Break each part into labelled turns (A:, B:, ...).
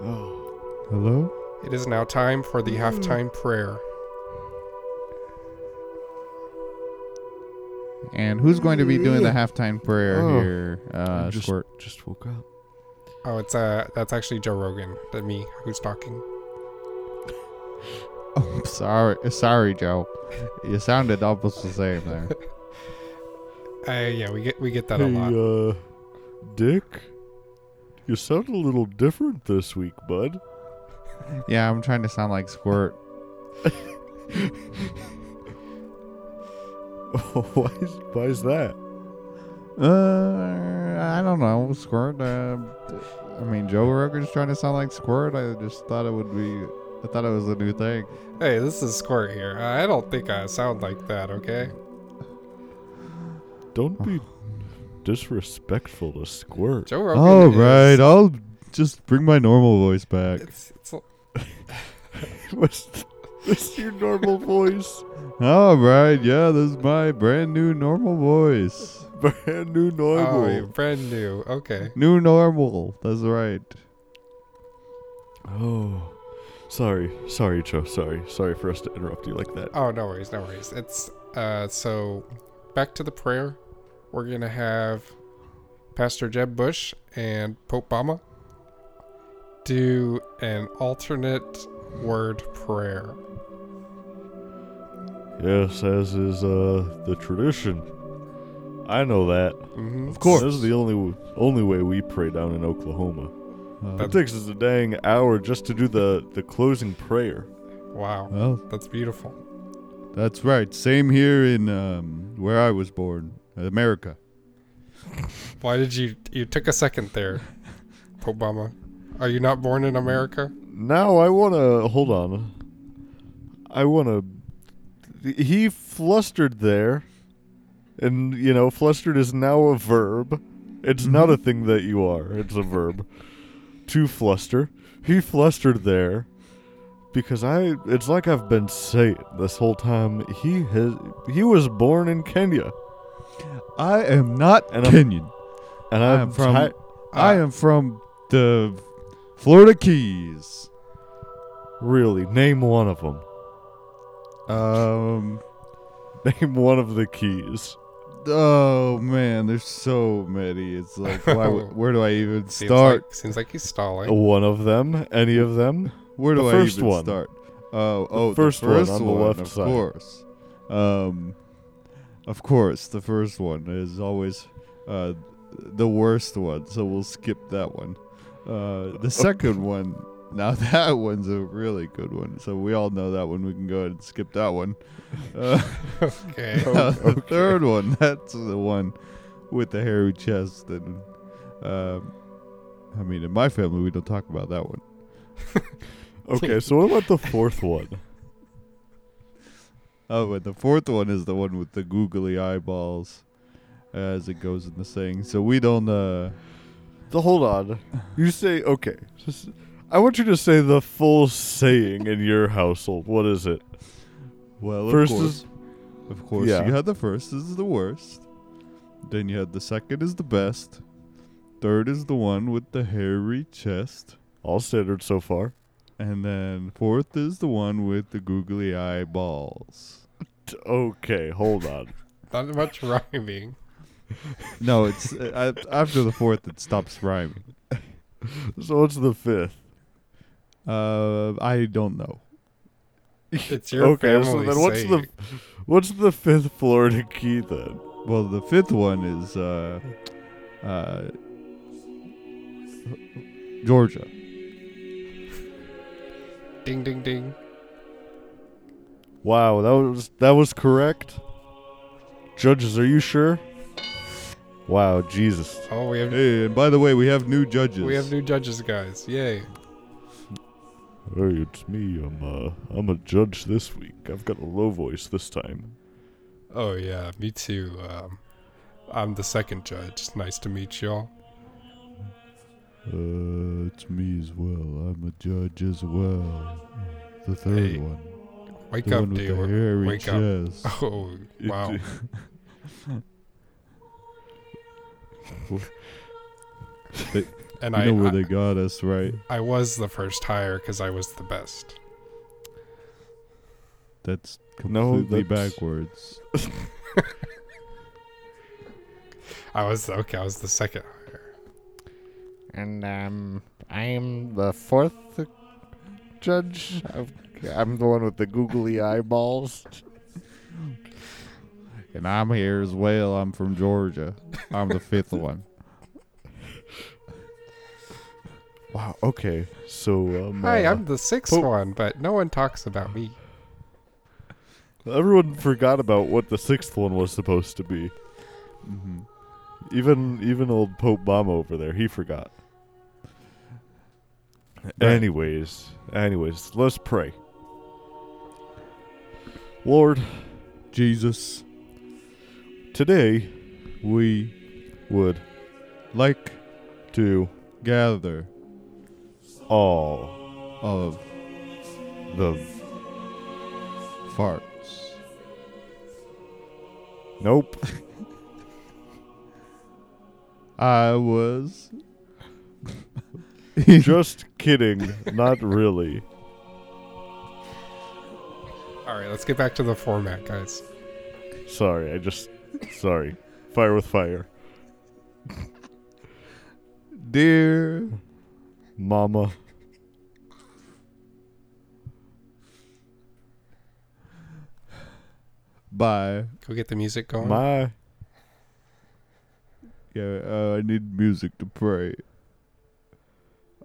A: Oh. Hello?
B: It is now time for the halftime prayer.
C: And who's going to be doing the halftime prayer
D: Oh.
C: here? Uh,
D: just,
C: Squirt.
D: just woke up.
B: Oh, it's uh, that's actually Joe Rogan, that me who's talking.
C: Oh, sorry, sorry, Joe. You sounded almost the same there.
B: Uh, yeah, we get we get that a
D: hey,
B: lot.
D: uh, Dick, you sound a little different this week, bud.
C: Yeah, I'm trying to sound like Squirt.
D: why, is, why is that?
C: Uh,
D: Uh,
C: I don't know, Squirt. Uh, I mean, Joe Rogan's trying to sound like Squirt. I just thought it would be. I thought it was a new thing.
B: Hey, this is Squirt here. I don't think I sound like that, okay?
D: Don't be disrespectful to Squirt.
B: Joe Rogan.
C: All
B: is-
C: right, I'll just bring my normal voice back.
B: It's, it's,
D: What's th- this your normal voice?
C: All right, yeah, this is my brand new normal voice.
D: Brand new
B: oh, you're
D: normal.
B: brand new. Okay.
C: New normal. That's right.
D: Oh. Sorry, sorry, Joe. Sorry, sorry for us to interrupt you like that.
B: Oh, no worries, no worries. It's uh, so back to the prayer. We're gonna have Pastor Jeb Bush and Pope Bama do an alternate word prayer.
D: Yes, as is uh the tradition. I know that.
B: Mm-hmm. Of
D: This is the only w- only way we pray down in Oklahoma.
C: Um,
D: That takes us a dang hour just to do the, the closing prayer.
B: Wow,
C: well,
B: that's beautiful.
C: That's right. Same here in um, where I was born, America.
B: Why did you you took a second there, Pope Bama? Are you not born in America?
D: Now I want to hold on. I want to. He flustered there, and you know, flustered is now a verb. It's not
C: Mm-hmm.
D: a thing that you are. It's a verb. to fluster, he flustered there, because I. It's like I've been saying this whole time. He has. He was born in Kenya,
C: I am not
D: And I'm-
C: Kenyan.
D: and
C: I
D: I'm
C: am from.
D: ti-
C: I am from the Florida Keys.
D: really name one of them.
C: Um.
D: Name one of the keys.
C: Oh man, there's so many. It's like, why, where do I even
B: Seems
C: start?
B: Like, seems like he's stalling.
D: One of them? Any of them?
C: Where do
D: the
C: I
D: first
C: even
D: one.
C: start? Oh, oh, the
D: first one
C: first
D: on the
C: one,
D: left
C: of
D: side.
C: course. Um, of course, the first one is always uh, the worst one, so we'll skip that one. Uh, the second one, now that one's a really good one, so we all know that one. We can go ahead and skip that one. Uh,
D: Oh.
B: Okay.
C: now the third one, that's the one with the hairy chest, and um, I mean, in my family, we don't talk about that one.
D: Okay, so what about the fourth one?
C: Oh, and the fourth one is the one with the googly eyeballs, as it goes in the saying. So we don't. Uh,
D: The hold on. You say okay. Just, I want you to say the full saying in your household. What is it?
C: well,
D: First
C: of course,
D: is
C: of course,
D: yeah.
C: you had the first is the worst. Then you had the second is the best. Third is the one with the hairy chest,
D: all standard so far.
C: and then fourth is the one with the googly eyeballs.
D: T- Okay, hold on.
B: Not much rhyming.
C: No, it's uh, a- after the fourth it stops rhyming.
D: So what's the fifth?
C: Uh, I don't know.
B: It's your
D: okay, so
B: family
D: then what's the
B: saying.
D: what's the fifth Florida key then?
C: Well, the fifth one is uh, uh, Georgia.
B: Ding ding ding.
D: Wow, that was that was correct. Judges, are you sure? Wow, Jesus.
B: Oh, we have
C: Hey, and by the way, we have new judges.
B: we have new judges, guys. Yay!
D: Hey, it's me. I'm uh, I'm a judge this week. I've got a low voice this time.
B: Oh yeah, me too. Um, I'm the second judge. Nice to meet y'all.
C: Uh, it's me as well. I'm a judge as well. The third
B: Hey,
C: one.
B: Wake
C: the
B: up,
C: one with
B: dude.
C: the hairy
B: Wake up.
C: chest.
B: Oh wow. And
C: you
B: I,
C: know where
B: I,
C: they got us, right?
B: I was the first hire because I was the best.
C: That's
D: No,
C: completely
D: that's-
C: backwards.
B: I was okay. I was the second hire.
D: And um, I'm the fourth judge. I'm, I'm the one with the googly eyeballs.
C: And I'm here as well. I'm from Georgia. I'm the fifth one.
D: Wow. Okay. So um,
B: Hi,
D: uh,
B: I'm the sixth
D: oh.
B: one, but no one talks about me.
D: uh, everyone forgot about what the sixth one was supposed to be.
C: Mm-hmm.
D: Even even old Pope Mama over there, he forgot. Anyways, anyways, let's pray. Lord,
C: Jesus,
D: today
C: we
D: would
C: like
D: do
C: gather
D: all
C: of
D: the
C: farts.
D: nope.
C: I was
D: Just kidding. Not really.
B: All right, let's get back to the format, guys.
D: Sorry, I just sorry. Fire with fire,
C: dear
D: Mama.
C: by
B: Go get the music going.
D: My
C: yeah. Uh, I need music to pray.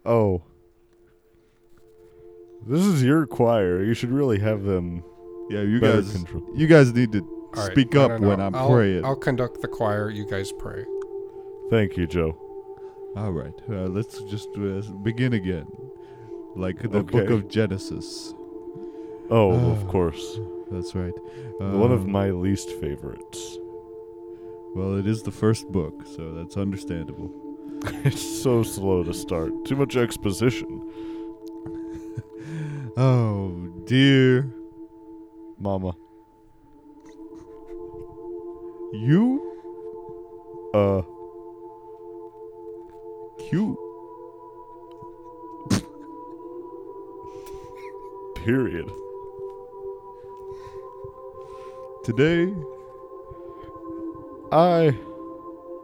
D: oh. This is your choir. You should really have them
C: Yeah, you
D: better
C: guys.
D: control.
C: You guys need to
B: All right,
C: speak
B: no,
C: up
B: no,
C: when
B: no.
C: I'm
B: I'll-
C: praying.
B: I'll conduct the choir. You guys pray.
D: Thank you, Joe.
C: All right, uh, let's just uh, begin again, like the Book
D: Okay.
C: of Genesis.
D: Oh, of
C: Ah.
D: course.
C: That's right.
D: One of
C: Um,
D: my least favorites.
C: Well, it is the first book, so that's understandable.
D: It's so slow to start. Too much exposition.
C: Oh dear,
D: Mama.
C: you
D: Uh,
C: cute.
D: period.
C: Today
D: I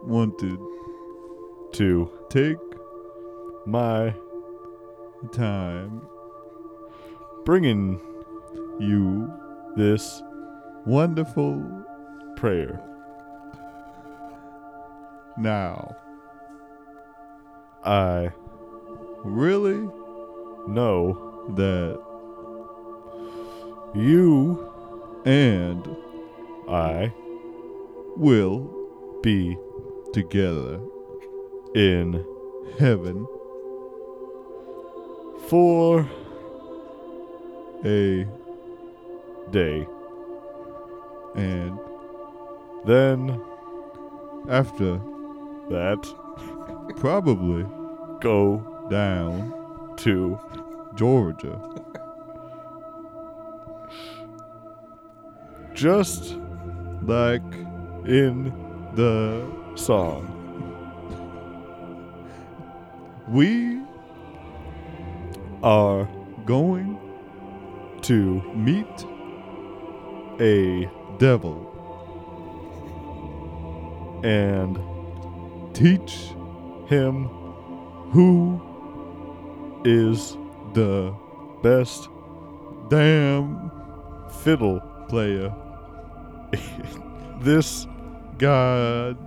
C: wanted
D: to
C: take
D: my
C: time
D: bringing
C: you
D: this
C: wonderful
D: prayer
C: now.
D: I
C: Really?
D: know
C: That
D: you
C: and
D: I
C: will
D: be
C: together
D: in
C: heaven
D: for
C: a
D: day
C: and
D: then
C: after
D: that
C: probably
D: go
C: down
D: to
C: Georgia.
D: just
C: Like
D: in
C: the
D: song
C: we
D: are
C: going
D: to
C: meet
D: a
C: devil
D: and
C: teach
D: him
C: who
D: is
C: the
D: best
C: damn
D: fiddle
C: player
D: this
C: God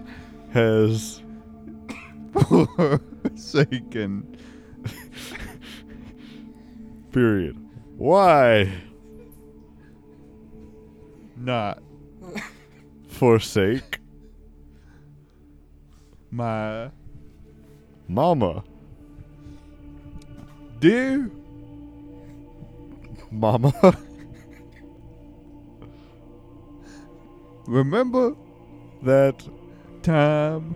D: has
C: forsaken
D: period why
C: not
D: forsake
C: my
D: Mama.
C: dear
D: Mama.
C: remember
D: that
C: time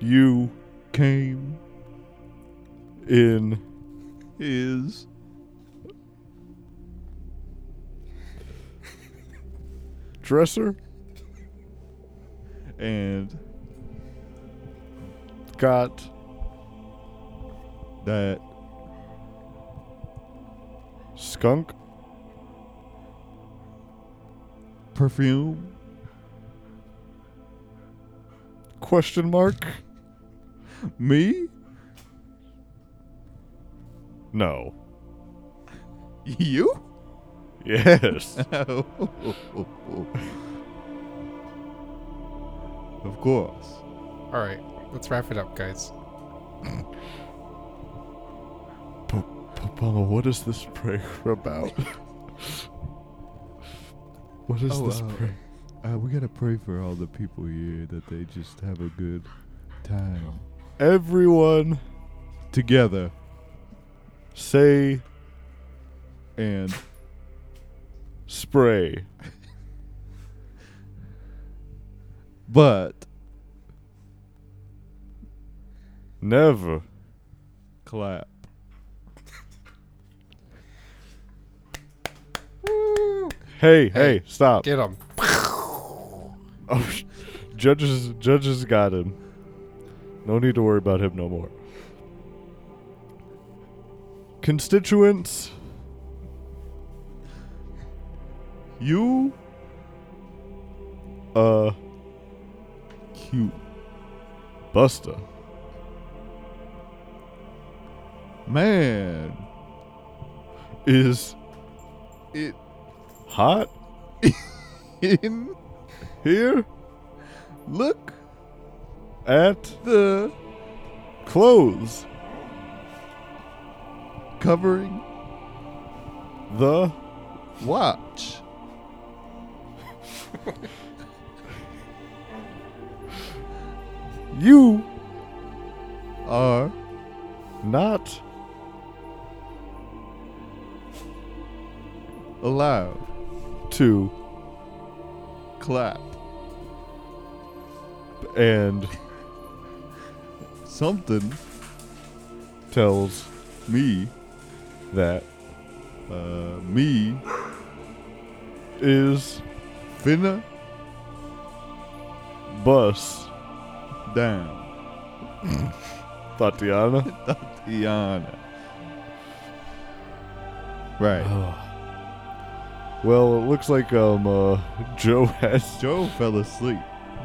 D: you
C: came
D: in
C: is
D: dresser
C: and
D: got
C: that
D: skunk
C: perfume
D: question mark?
C: me
D: No.
C: you
D: Yes.
C: of course
B: All right, let's wrap it up, guys.
D: Obama, what is this prayer about? what is
C: Oh,
D: this
C: uh,
D: prayer?
C: Uh, we gotta pray for all the people here that they just have a good time
D: Everyone
C: together
D: say
C: and
D: spray.
C: but
D: Never.
C: clap.
D: Hey, hey, stop.
B: Get them.
D: Oh, sh- judges, judges got him. No need to worry about him no more. Constituents,
C: You
D: uh,
C: cute
D: Busta.
C: man.
D: is
C: It
D: hot
C: in
D: here
C: look uh,
D: at
C: the
D: clothes
C: covering
D: the
C: watch.
D: you
C: Are
D: not
C: allowed
D: to
C: clap
D: and
C: something
D: tells
C: me
D: that
C: uh me
D: is
C: finna
D: bus
C: down
D: Tatiana
C: Iana. Right.
D: well it looks like um uh Joe has
C: Joe fell asleep.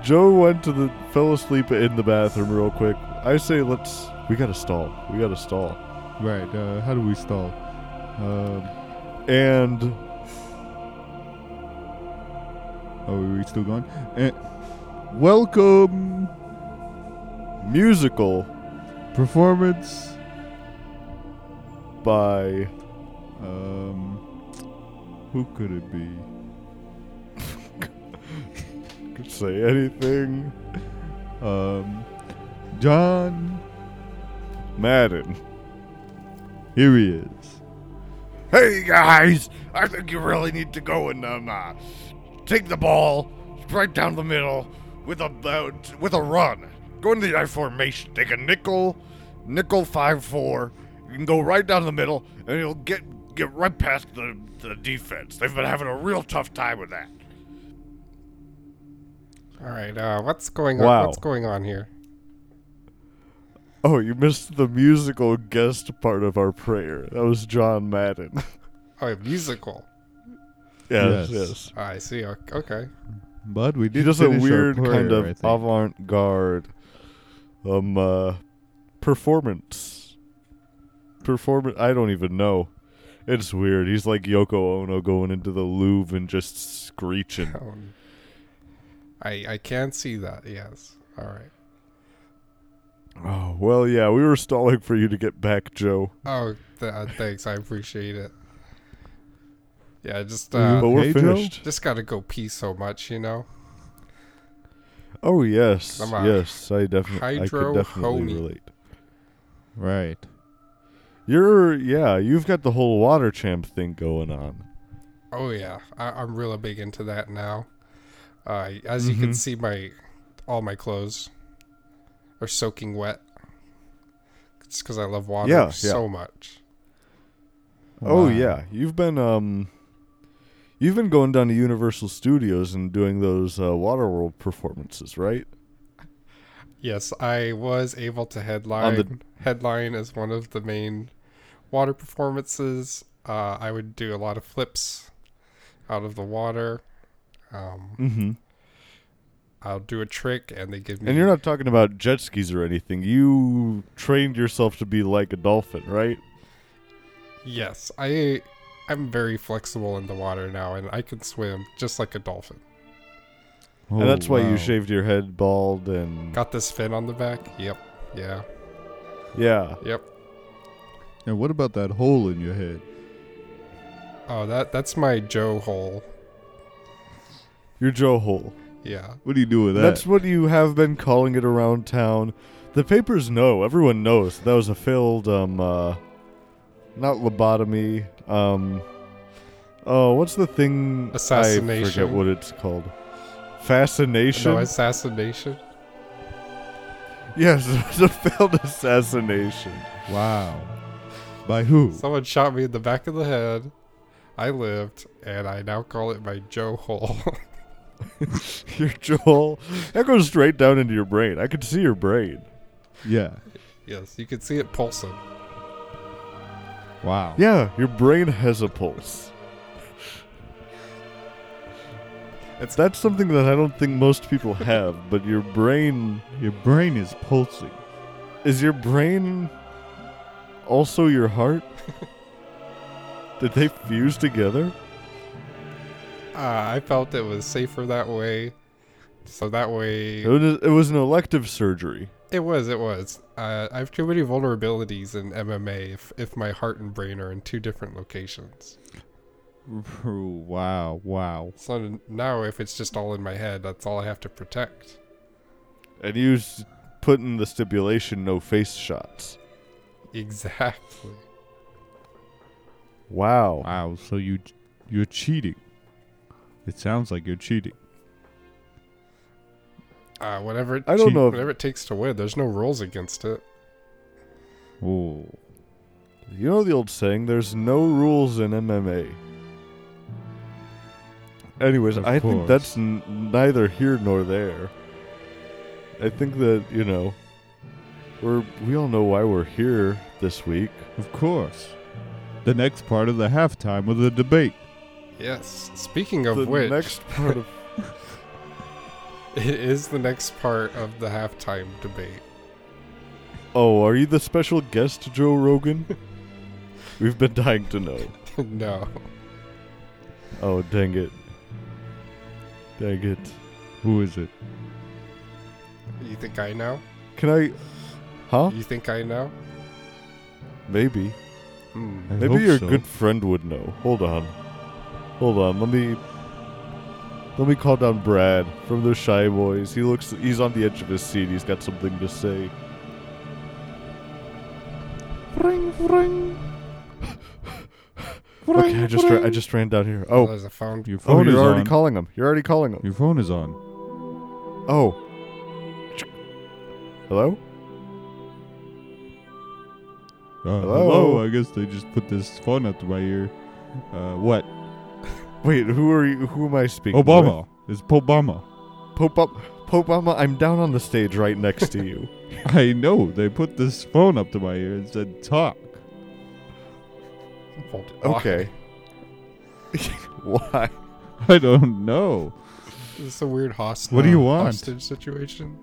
D: Joe went to the fell asleep in the bathroom real quick I say let's we gotta stall we gotta stall
C: Right. Uh, how do we stall? Um,
D: and
C: oh, are we still going? Eh, welcome
D: musical
C: performance.
D: by
C: Um, who could it be?
D: could say anything
C: Um, John.
D: Madden
C: Here he is.
D: Hey guys, I think you really need to go and um, uh, take the ball right down the middle with a uh, with a run. Go into the I formation. Take a nickel, nickel five four. You can go right down the middle, and you'll get get right past the, the defense. They've been having a real tough time with that.
B: All right, uh, what's going on?
D: Wow.
B: What's going on here?
D: Oh, you missed the musical guest part of our prayer. That was John Madden.
B: Oh, a musical.
C: Yes, Yes. yes.
B: Ah, I see. O- Okay.
C: Bud, we did
D: He does a
C: finish our
D: weird kind of
C: prayer, I think.
D: avant-garde um uh performance performance I don't even know. It's weird. He's like Yoko Ono going into the Louvre and just screeching.
B: Um, I I can see that. Yes. All right.
D: Oh, well, yeah, we were stalling for you to get back, Joe.
B: Oh, th- uh, thanks. I appreciate it. Yeah, I just
C: Are you
B: uh,
D: but we're
C: okay, Joe?
D: finished.
B: just gotta go pee so much, you know.
D: Oh yes,
B: Come on.
D: yes, I definitely, I could
B: Hydrohony.
D: definitely relate.
C: Right.
D: You're, yeah, you've got the whole water champ thing going on.
B: Oh yeah, I, I'm really big into that now. Uh, as you can
D: Mhm.
B: see, my all my clothes are soaking wet. It's because I love water
D: Yeah, yeah.
B: so much.
D: Oh
C: Wow.
D: yeah, you've been, um, you've been going down to Universal Studios and doing those uh, Waterworld performances, right?
B: Yes, I was able to headline headline as one of the main water performances. Uh, I would do a lot of flips out of the water. Um,
D: Mm-hmm.
B: I'll do a trick, and they give me.
D: And you're not talking about jet skis or anything. You trained yourself to be like a dolphin, right?
B: Yes, I I'm very flexible in the water now, and I can swim just like a dolphin.
C: Oh,
D: and that's why
C: wow.
D: you shaved your head bald and
B: Got this fin on the back. Yep. Yeah.
D: yeah.
B: Yep.
C: And what about that hole in your head?
B: Oh, that that's my Joe hole.
D: Your Joe hole.
B: Yeah.
C: What do you do with that?
D: That's what you have been calling it around town. The papers know. Everyone knows that was a failed, um, uh, not lobotomy. Um, oh, what's the thing? I forget
B: Assassination.
D: what it's called. Fascination.
B: No assassination.
D: yes, it was a failed assassination.
C: wow. By who?
B: Someone shot me in the back of the head. I lived, and I now call it my Joe hole.
D: Your Joel. That goes straight down into your brain. I could see your brain.
C: yeah.
B: yes, you can see it pulsing.
C: Wow.
D: Yeah, your brain has a pulse.
B: It's-
D: That's something that I don't think most people have, but your brain
C: Your brain is pulsing.
D: is your brain also your heart? Did they fuse together?
B: Uh, I felt it was safer that way. So that way,
D: It was, it was an elective surgery.
B: It was. It was. Uh, I have too many vulnerabilities in MMA if, if my heart and brain are in two different locations.
C: wow. Wow.
B: So n- now, if it's just all in my head, that's all I have to protect.
D: And you s- put in the stipulation no face shots.
B: Exactly.
D: Wow.
C: Wow. So you you're cheating. It sounds like you're cheating.
B: Uh, whatever. It,
D: I don't
C: Cheat-
D: know if
B: Whatever it takes to win. There's no rules against it.
C: Oh.
D: You know the old saying, there's no rules in MMA. Anyways,
C: Of
D: I think
C: course.
D: that's n- neither here nor there. I think that, you know, we're, we all know why we're here this week.
C: Of course. The next part of the halftime of the debate.
B: Yes. Speaking of
D: the
B: which,
D: next part of.
B: it is the next part of the halftime debate.
D: Oh, are you the special guest, Joe Rogan? We've been dying to know.
B: no.
D: Oh, dang it. Dang it.
C: Who is it?
B: You think I know?
D: Can I. Huh?
B: You think I know?
D: Maybe.
B: Hmm.
C: I
D: Maybe
C: hope
D: your
C: so.
D: good friend would know. Hold on. Hold on. Let me let me call down Brad from the Shy Boys. He looks he's on the edge of his seat. He's got something to say.
C: Ring, ring.
D: Okay, I just ra- I just ran down here. Oh,
B: there's a phone.
C: Your
D: oh,
C: phone is
D: you're already
C: on.
D: calling him. You're already calling him.
C: your phone is on.
D: Oh. Hello?
C: Uh,
D: Hello?
C: I guess they just put this phone up to my ear. Uh, what?
D: Wait, who are you who am I speaking with?
C: Obama. It's Obama.
D: Pope up Pope Obama, I'm down on the stage right next to you.
C: I know. They put this phone up to my ear and said, talk.
B: Hold-
D: Okay. Why?
C: I don't know.
B: It's a weird hostage.
C: What do you want?
B: Hostage situation.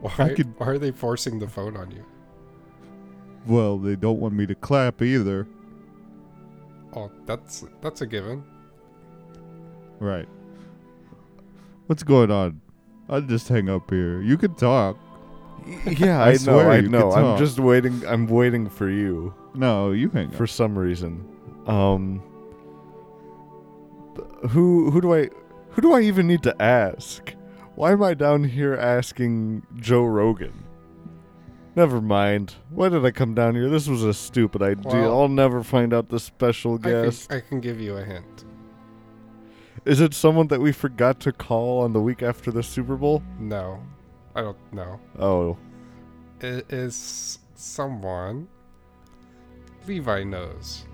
B: Why,
C: could-
B: why are they forcing the phone on you?
C: Well, they don't want me to clap either.
B: Oh, that's that's a given.
C: Right. What's going on? I'll just hang up here. You can talk.
D: Yeah,
C: I
D: I, know,
C: swear
D: I
C: you could
D: know. I'm
C: talk.
D: just waiting I'm waiting for you.
C: No, you hang up.
D: for some reason. Um, th- who who do I who do I even need to ask? Why am I down here asking Joe Rogan? Never mind. Why did I come down here? This was a stupid idea.
B: Well,
D: I'll never find out the special
B: I can,
D: guest.
B: I can give you a hint.
D: Is it someone that we forgot to call on the week after the Super Bowl?
B: No, I don't know.
D: Oh,
B: It is someone Levi knows.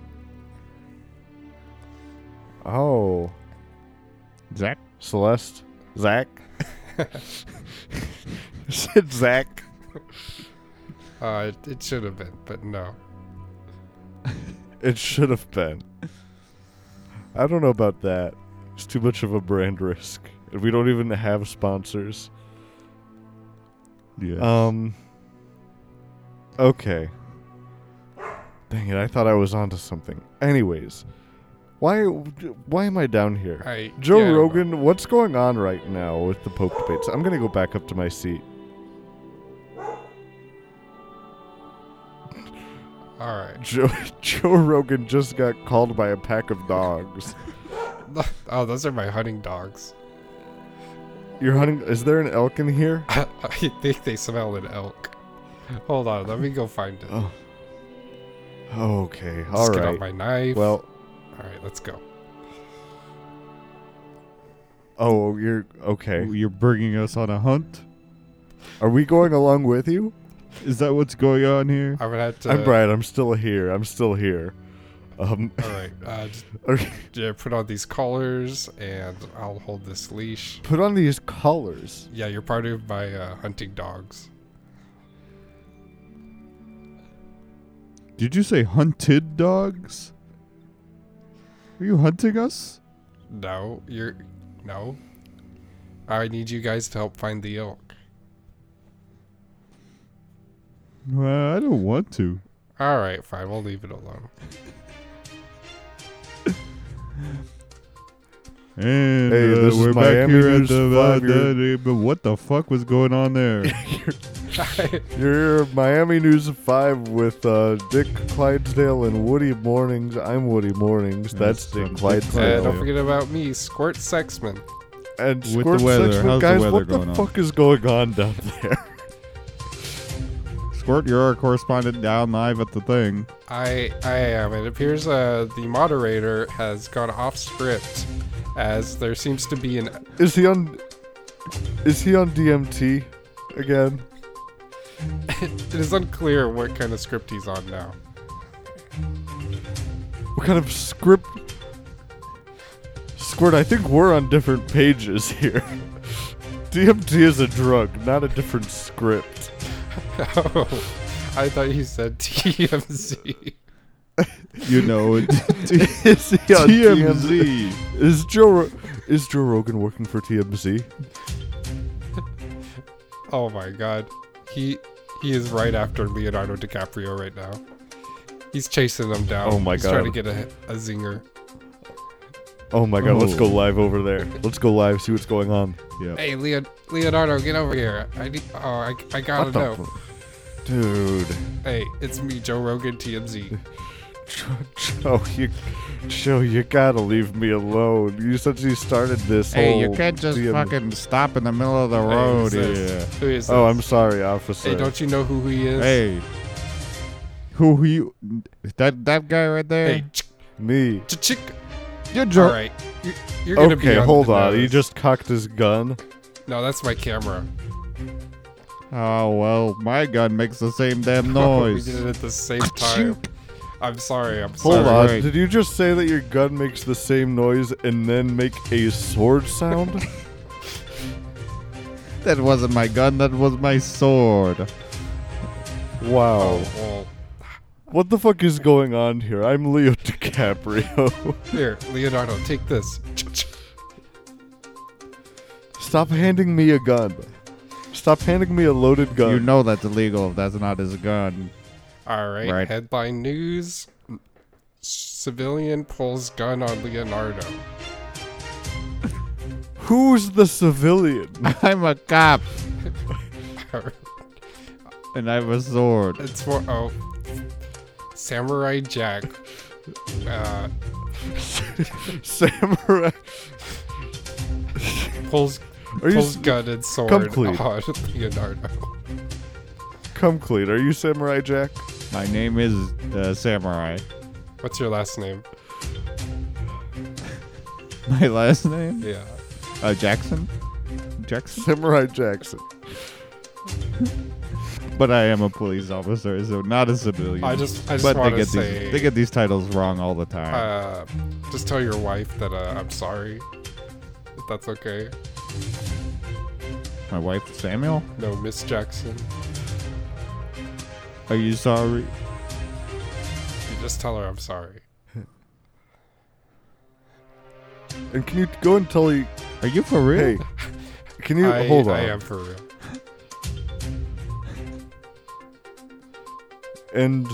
D: oh,
C: Zach?
D: Celeste, Zach. I said Zach.
B: Uh, it, it should have been, but no.
D: It should have been. I don't know about that. It's too much of a brand risk. And we don't even have sponsors.
C: Yeah.
D: Um. Okay. Dang it! I thought I was onto something. Anyways, why why am I down here?
B: I
D: Joe
B: yeah, I don't know.
D: Rogan, what's going on right now with the Pope debates? I'm gonna go back up to my seat.
B: All right.
D: Joe Joe Rogan just got called by a pack of dogs.
B: Oh, those are my hunting dogs.
D: You're hunting. Is there an elk in here?
B: I think they smell an elk. Hold on, let me go find it.
D: Oh, Okay. All
B: Just get
D: right.
B: out my knife.
D: Well.
B: all right, let's go.
D: Oh, you're okay.
C: You're bringing us on a hunt?
D: Are we going along with you?
C: Is that what's going on here?
B: I'm gonna have to.
C: uh,
D: I'm Brian. I'm still here. I'm still here. Um.
B: All right, uh, just,
D: okay.
B: yeah, put on these collars, and I'll hold this leash.
D: put on these collars.
B: Yeah, you're part of my uh, hunting dogs.
C: Did you say hunted dogs? Are you hunting us?
B: No, you're no. I need you guys to help find the elk.
C: Well, I don't want to.
B: All right, fine. We'll leave it alone.
C: And
D: Hey,
C: uh,
D: this is
C: we're back
D: Miami
C: here at
D: News
C: the.
D: five year-
C: uh, but what the fuck was going on there?
B: Uh,
D: You're Miami News at 5 with uh, Dick Clydesdale and Woody Mornings. I'm Woody Mornings. That's
C: Yes,
D: Dick
C: I'm Dick
B: and
D: Clydesdale.
B: don't forget about me, Squirt Sexman.
D: And
C: With the
D: Squirt
C: weather.
D: Sexton,
C: How's the
D: guys,
C: weather
D: what
C: going
D: the
C: on?
D: fuck is going on down there?
C: Squirt, you're our correspondent down live at the thing.
B: I I am. It appears uh, the moderator has gone off script, as there seems to be an
D: Is he on? Is he on DMT again?
B: It is unclear what kind of script he's on now.
D: What kind of script? Squirt, I think we're on different pages here. DMT is a drug, not a different script.
B: Oh, I thought you said TMZ.
C: You know, it-
D: Is he on
C: TMZ.
D: Is Joe Ro- is Joe Rogan working for TMZ?
B: Oh my god, he he is right after Leonardo DiCaprio right now. He's chasing him down.
D: Oh my
B: he's trying to
D: God.
B: get a, a zinger.
D: Oh my god, let's
C: Oh.
D: go live over there. Let's go live, see what's going on.
C: Yeah.
B: Hey, Leon, Leonardo, get over here. I need. Oh, I, I gotta
D: What the
B: know.
D: fu- Dude.
B: hey, it's me, Joe Rogan, TMZ.
D: Joe, Joe, you Joe, you gotta leave me alone. You since you started this whole DM
C: stop in the middle of the
B: Hey, who's this? Who is
D: Oh,
B: this?
D: I'm sorry, officer.
B: Hey, don't you know who he is?
C: Hey, who who you? That that guy right there.
B: hey, chick,
D: me.
B: chick, chick.
C: you're
B: All
C: drunk.
B: right, you're, you're gonna be
D: Okay,
B: on
D: hold
B: the
D: on. He
B: nose.
D: just cocked his gun.
B: No, that's my camera.
C: Oh well, my gun makes the same damn noise.
B: we did it at the same time. I'm sorry. I'm
D: Hold
B: sorry.
D: on.
C: right.
D: Did you just say that your gun makes the same noise and then make a sword sound?
C: that wasn't my gun. That was my sword.
D: wow.
B: Oh, well,
D: What the fuck is going on here? I'm Leo DiCaprio.
B: here, Leonardo, take this.
D: Stop handing me a gun. Stop handing me a loaded gun.
C: You know that's illegal. if That's not his gun.
B: All right,
C: Right.
B: Headline news: Civilian pulls gun on Leonardo.
D: Who's the civilian?
C: I'm a cop and I have a sword.
B: it's for oh, Samurai Jack. Uh,
D: Samurai.
B: pulls
D: Are you
B: pulls
D: s-
B: gun and sword
D: clean.
B: on Leonardo.
D: Come clean. Are you Samurai Jack?
C: My name is uh, Samurai.
B: What's your last name?
C: My last name?
B: Yeah.
C: Uh, Jackson? Jackson?
D: Samurai Jackson.
C: But I am a police officer, so not a civilian.
B: I just I just
C: but they
B: want to
C: get
B: say
C: these they get these titles wrong all the time.
B: uh, just tell your wife that uh, I'm sorry. If that's okay.
C: My wife Samuel?
B: No, Miss Jackson.
C: Are you sorry?
B: You just tell her I'm sorry.
D: And can you go and tell you?
C: Are you for real?
D: Hey, can you
B: I,
D: hold on?
B: I am for real.
D: And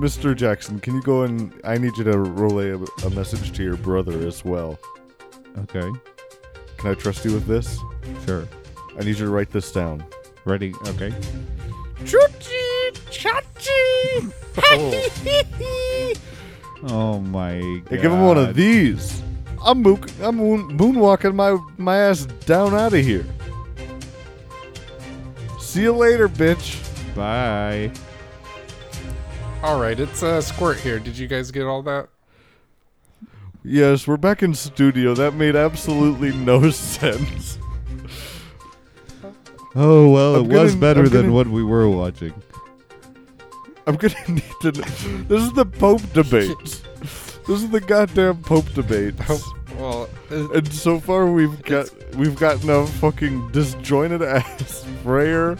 D: Mr. Jackson, can you go and I need you to relay a, a message to your brother as well.
C: Okay.
D: Can I trust you with this?
C: Sure.
D: I need you to write this down.
C: Ready? Okay.
B: Oh,
C: Oh my god.
D: Hey, give him one of these. I'm mook. I'm moon, moonwalking my my ass down out of here. See you later, bitch.
C: Bye.
B: all right, it's uh, Squirt here. Did you guys get all that?
D: Yes, we're back in studio. That made absolutely no sense.
C: Oh well,
D: I'm
C: it was
D: gonna-
C: better
D: I'm
C: than
D: gonna-
C: what we were watching.
D: I'm gonna need to. kn- This is the Pope debate. This is the goddamn Pope debate.
B: Oh, well, uh,
D: And so far, we've got we've gotten a fucking disjointed ass prayer.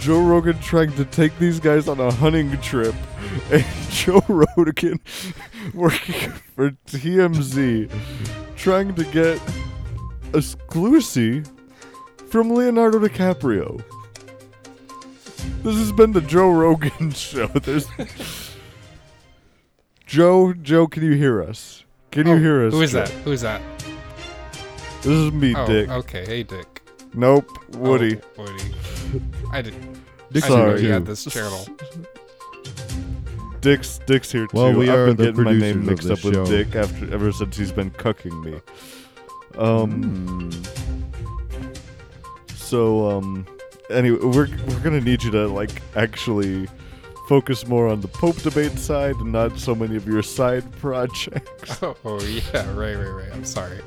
D: Joe Rogan trying to take these guys on a hunting trip, and Joe Rogan working for TMZ, trying to get a Sclusy from Leonardo DiCaprio. This has been the Joe Rogan show. There's Joe, Joe, can you hear us? Can you
B: oh,
D: hear us?
B: Who is
D: Joe?
B: that? Who is that?
D: This is me,
B: Oh,
D: Dick.
B: okay. Hey, Dick.
D: Nope, Woody.
B: Oh, Woody. I didn't.
C: Dick's
B: I didn't know
D: Sorry.
B: you had this channel.
D: Dick's Dick's here too.
C: Well, we
D: I've
C: are
D: been
C: the
D: getting my name
C: producers
D: mixed
C: of
D: up
C: this
D: with
C: show.
D: Dick after ever since he's been cucking me. Um. So um. Anyway, we're we're gonna need you to like actually focus more on the Pope debate side and not so many of your side projects.
B: Oh, oh, yeah, right, right, right. I'm sorry.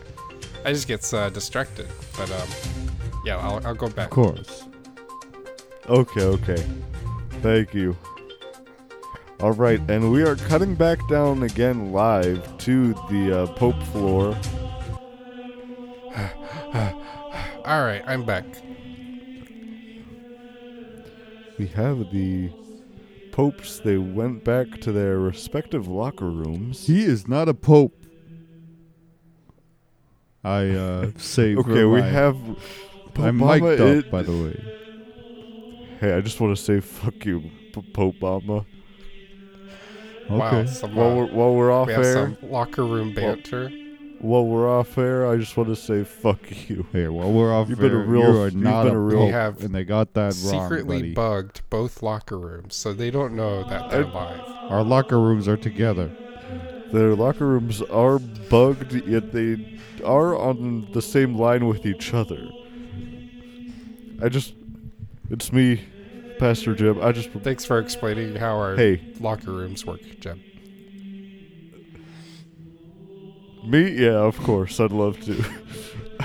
B: I just get uh, distracted, but um, yeah, I'll, I'll go back.
C: Of course.
D: Okay, okay. Thank you. All right, and we are cutting back down again live to the uh, Pope floor.
B: All right, I'm back.
D: we have the popes they went back to their respective locker rooms
C: He is not a pope. I uh saved
D: okay we have
C: I
D: Pope
C: mic'd
D: Obama
C: up
D: is-
C: by the way.
D: hey i just want to say fuck you P- pope Obama.
C: Okay.
B: Wow, some,
D: while
B: uh,
D: we're while we're off
B: we have
D: air
B: some locker room banter.
D: while we're off air i just want to say fuck you
C: Here, well, we're off.
D: You've been a
C: air.
D: real-
C: You are
D: you've
C: not
D: been
C: a
D: a real-
C: pope,
B: We have
C: and they got that
B: Secretly
C: wrong, buddy.
B: bugged both locker rooms, so they don't know that they're
D: I-
B: live.
C: Our locker rooms are together.
D: their locker rooms are bugged yet they are on the same line with each other i just it's me pastor jim i just
B: Thanks for explaining how our
D: hey
B: locker rooms work, Jeb.
D: Me? Yeah, of course. I'd love to.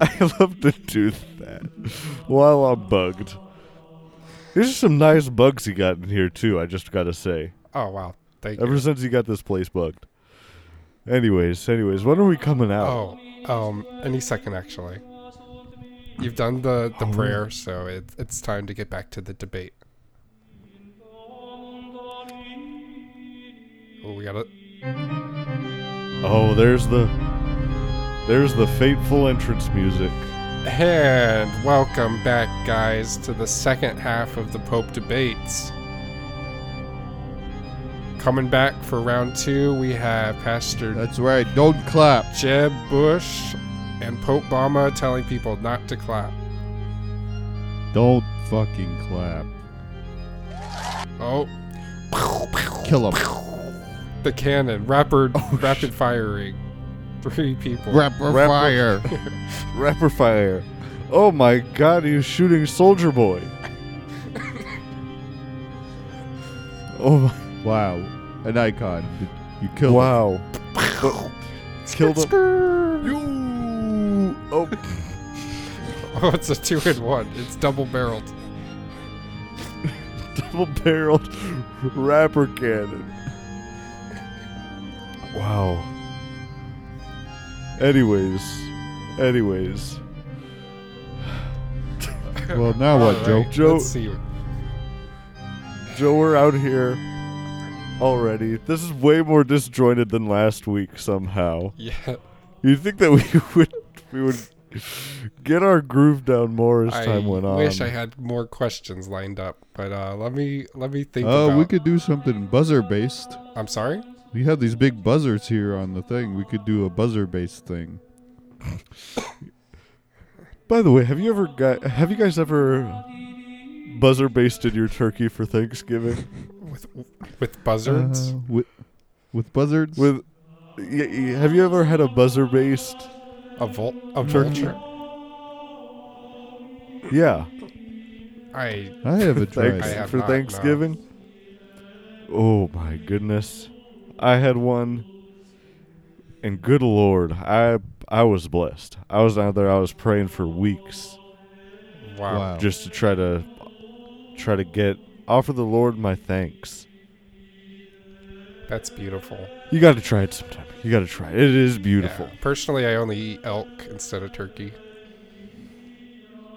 D: I love to do that while I'm bugged. There's just some nice bugs he got in here, too, I just gotta say.
B: Oh wow, thank
D: Ever
B: you.
D: since he got this place bugged. Anyways, anyways, when are we coming out?
B: Oh, um, any second actually. You've done the the
D: Oh.
B: prayer, so it, it's time to get back to the debate. Oh, we got it.
D: Oh, there's the. There's the fateful entrance music.
B: And welcome back, guys, to the second half of the Pope debates. Coming back for round two, we have Pastor
C: That's right. Don't clap.
B: Jeb Bush and Pope Bama telling people not to clap.
C: Don't fucking clap.
B: Oh,
C: Kill him.
B: the cannon, rapid, rapid firing. three people.
C: Rapper
D: Rapper-
C: fire.
D: Rapper fire. Oh my god, he's shooting Soldier Boy. oh my.
C: wow, an icon. You killed. him.
D: Wow. But- Killed him.
B: oh,
D: You. Oh.
B: Oh, it's a two in one. It's double barreled.
D: double barreled rapper cannon. Wow. Anyways, anyways,
C: Well, now Oh, what, Joe?
B: Alright,
D: Joe-
B: Let's see.
D: Joe, we're out here already. This is way more disjointed than last week somehow.
B: Yeah,
D: You think that we would we would get our groove down more as
B: I
D: time went on?
B: wish I had more questions lined up, but uh, let me let me think.
C: Uh,
B: about,
C: we could do something buzzer based.
B: I'm sorry.
C: We have these big buzzers here on the thing. We could do a buzzer based thing.
D: By the way, have you ever got have you guys ever buzzer basted your turkey for Thanksgiving?
B: With with buzzards.
C: Uh, with, with buzzards?
D: With, y- y- have you ever had a buzzer based?
B: A vol a
D: Turkey.
B: vulture.
D: Yeah,
B: I
C: I haven't
D: thanks
B: I
C: tried.
B: have
D: for
B: not, no.
D: Thanksgiving. Oh my goodness, I had one, and good lord, I I was blessed. I was out there. I was praying for weeks
B: wow.
C: Wow.
D: just to try to try to get offer the Lord my thanks.
B: That's beautiful.
D: You got to try it sometime. You got to try it. It is beautiful.
B: Yeah. Personally, I only eat elk instead of turkey.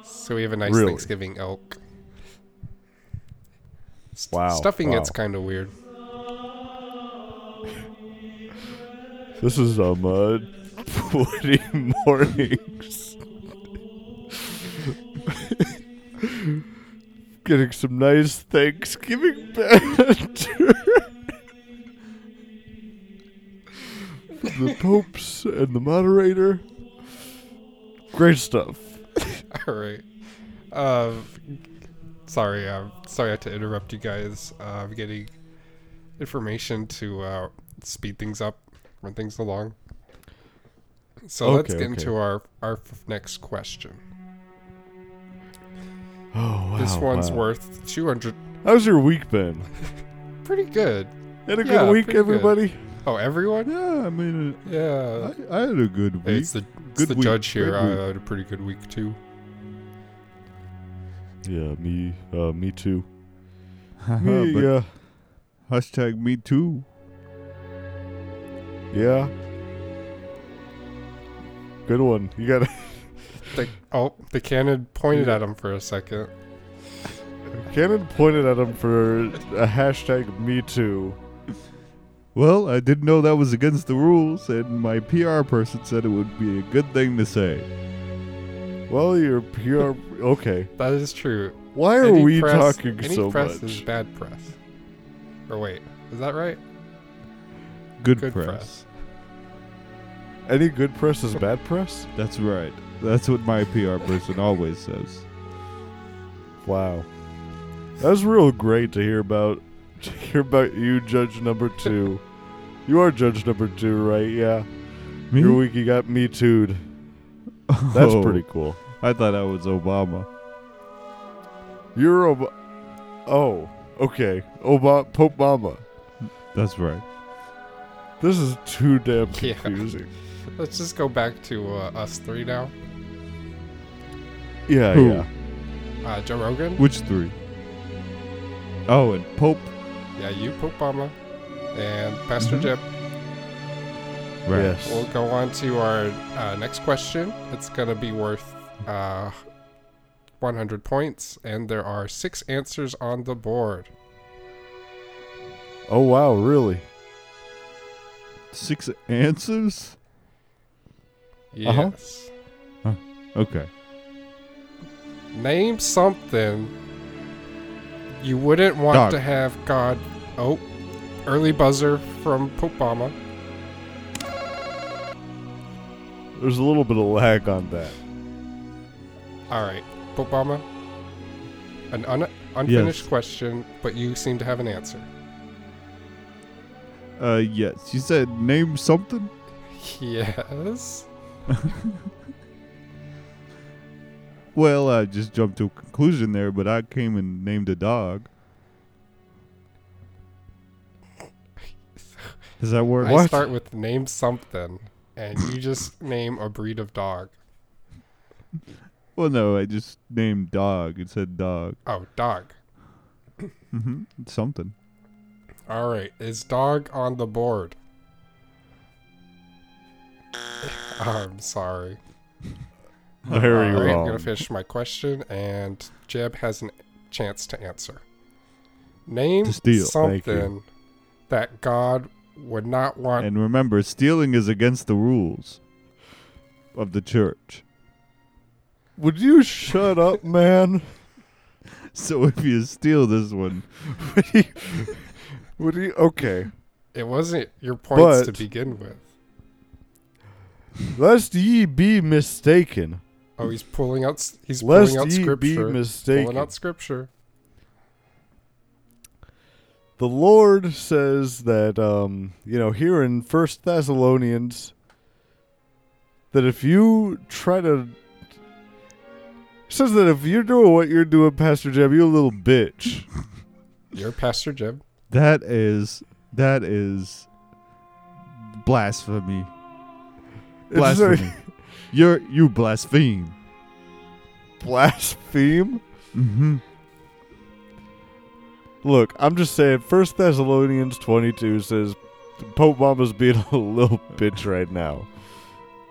B: So we have a nice
D: Really?
B: Thanksgiving elk. St-
D: Wow,
B: Stuffing
D: wow.
B: it's kind of weird.
D: This is um uh, Woody Mornings. Getting some nice Thanksgiving banter. From the popes and the moderator. Great stuff.
B: All right. Um, sorry, um, sorry I had to interrupt you guys. Uh, I'm getting information to uh, speed things up, run things along. So let's
D: Okay,
B: get
D: okay.
B: into our our f- next question.
D: Oh wow!
B: this one's
D: wow.
B: worth 200.
D: How's your week been?
B: Pretty good.
D: Had a
B: Yeah,
D: good week,
B: pretty good.
D: everybody.
B: Oh, everyone?
C: Yeah, I mean, uh,
B: Yeah.
C: I, I had a good week.
B: Hey, it's the, it's
C: Good
B: the
C: week,
B: judge here.
C: great
B: I
C: week.
B: had a pretty good week, too.
D: Yeah, me, uh, me too.
C: Haha,
D: Me,
C: but
D: yeah,
C: Hashtag me too.
D: yeah. Good one. You got
B: The, oh, the cannon pointed at him for a second.
D: Cannon pointed at him for a hashtag me too.
C: Well, I didn't know that was against the rules, and my PR person said it would be a good thing to say.
D: Well, you're PR. Okay.
B: That is true.
D: Why are
B: Any
D: we
B: press-
D: talking
B: any
D: so
B: press
D: much?
B: is bad press. Or wait, is that right?
C: Good,
B: Good
C: press.
B: press.
D: Any good press is bad press?
C: That's right. That's what my PR person always says.
D: Wow. That was real great to hear about. To hear about you, Judge Number Two. you are Judge Number Two, right? Yeah.
C: Me?
D: Your week you got me too'd. That's
C: Oh,
D: pretty cool.
C: I thought I was Obama.
D: You're Ob- Oh, okay. Oba- Pope Mama.
C: That's right.
D: This is too damn
B: Yeah.
D: confusing.
B: Let's just go back to uh, us three now.
D: Yeah,
C: Who?
D: yeah.
B: Uh, Joe Rogan.
C: Which three? Oh, and Pope.
B: Yeah, you, Pope Obama, and Pastor
C: Mhm.
B: Jeb.
C: Right.
D: Yes.
B: We'll go on to our uh, next question. It's gonna be worth uh, 100 points, and there are six answers on the board.
D: Oh wow, really?
C: Six answers?
D: Uh-huh.
B: Yes.
C: Okay.
B: Name something you wouldn't want
C: Dog.
B: to have God. Oh, early buzzer from Pope Obama.
D: There's a little bit of lag on that.
B: All right, Pope Obama. An un- unfinished
C: Yes.
B: question, but you seem to have an answer.
C: Uh, yes. You said name something?
B: Yes.
C: Well, I just jumped to a conclusion there, but I came and named a dog. Does that work?
B: I start with name something, and you just name a breed of dog.
C: Well, no, I just named dog. It said dog.
B: Oh, dog.
C: hmm Something.
B: All right, is dog on the board? I'm sorry.
D: Very
B: All right, Uh, I'm
D: wrong.
B: gonna finish my question, and Jeb has a chance to answer. Name
C: To steal,
D: thank you.
B: something that God would not want.
C: And remember, stealing is against the rules of the church.
D: Would you shut up, man?
C: So if you steal this one,
D: Would you? Okay.
B: it wasn't your points to
D: But-
B: begin with.
D: Lest ye be mistaken.
B: Oh, he's pulling out. s- He's
D: Lest
B: pulling out
D: ye be
B: scripture. pulling
D: mistaken.
B: out scripture.
D: The Lord says that, um, you know, here in First Thessalonians, that if you try to. Says that if you're doing what you're doing, Pastor Jeb, you're a little bitch.
B: You're Pastor Jeb.
C: that is that is blasphemy.
D: It's very-
C: Blasphemy. You're you blaspheme.
D: blaspheme.
C: Mm-hmm.
D: Look, I'm just saying. First Thessalonians 22 says Pope Mama's being a little bitch right now.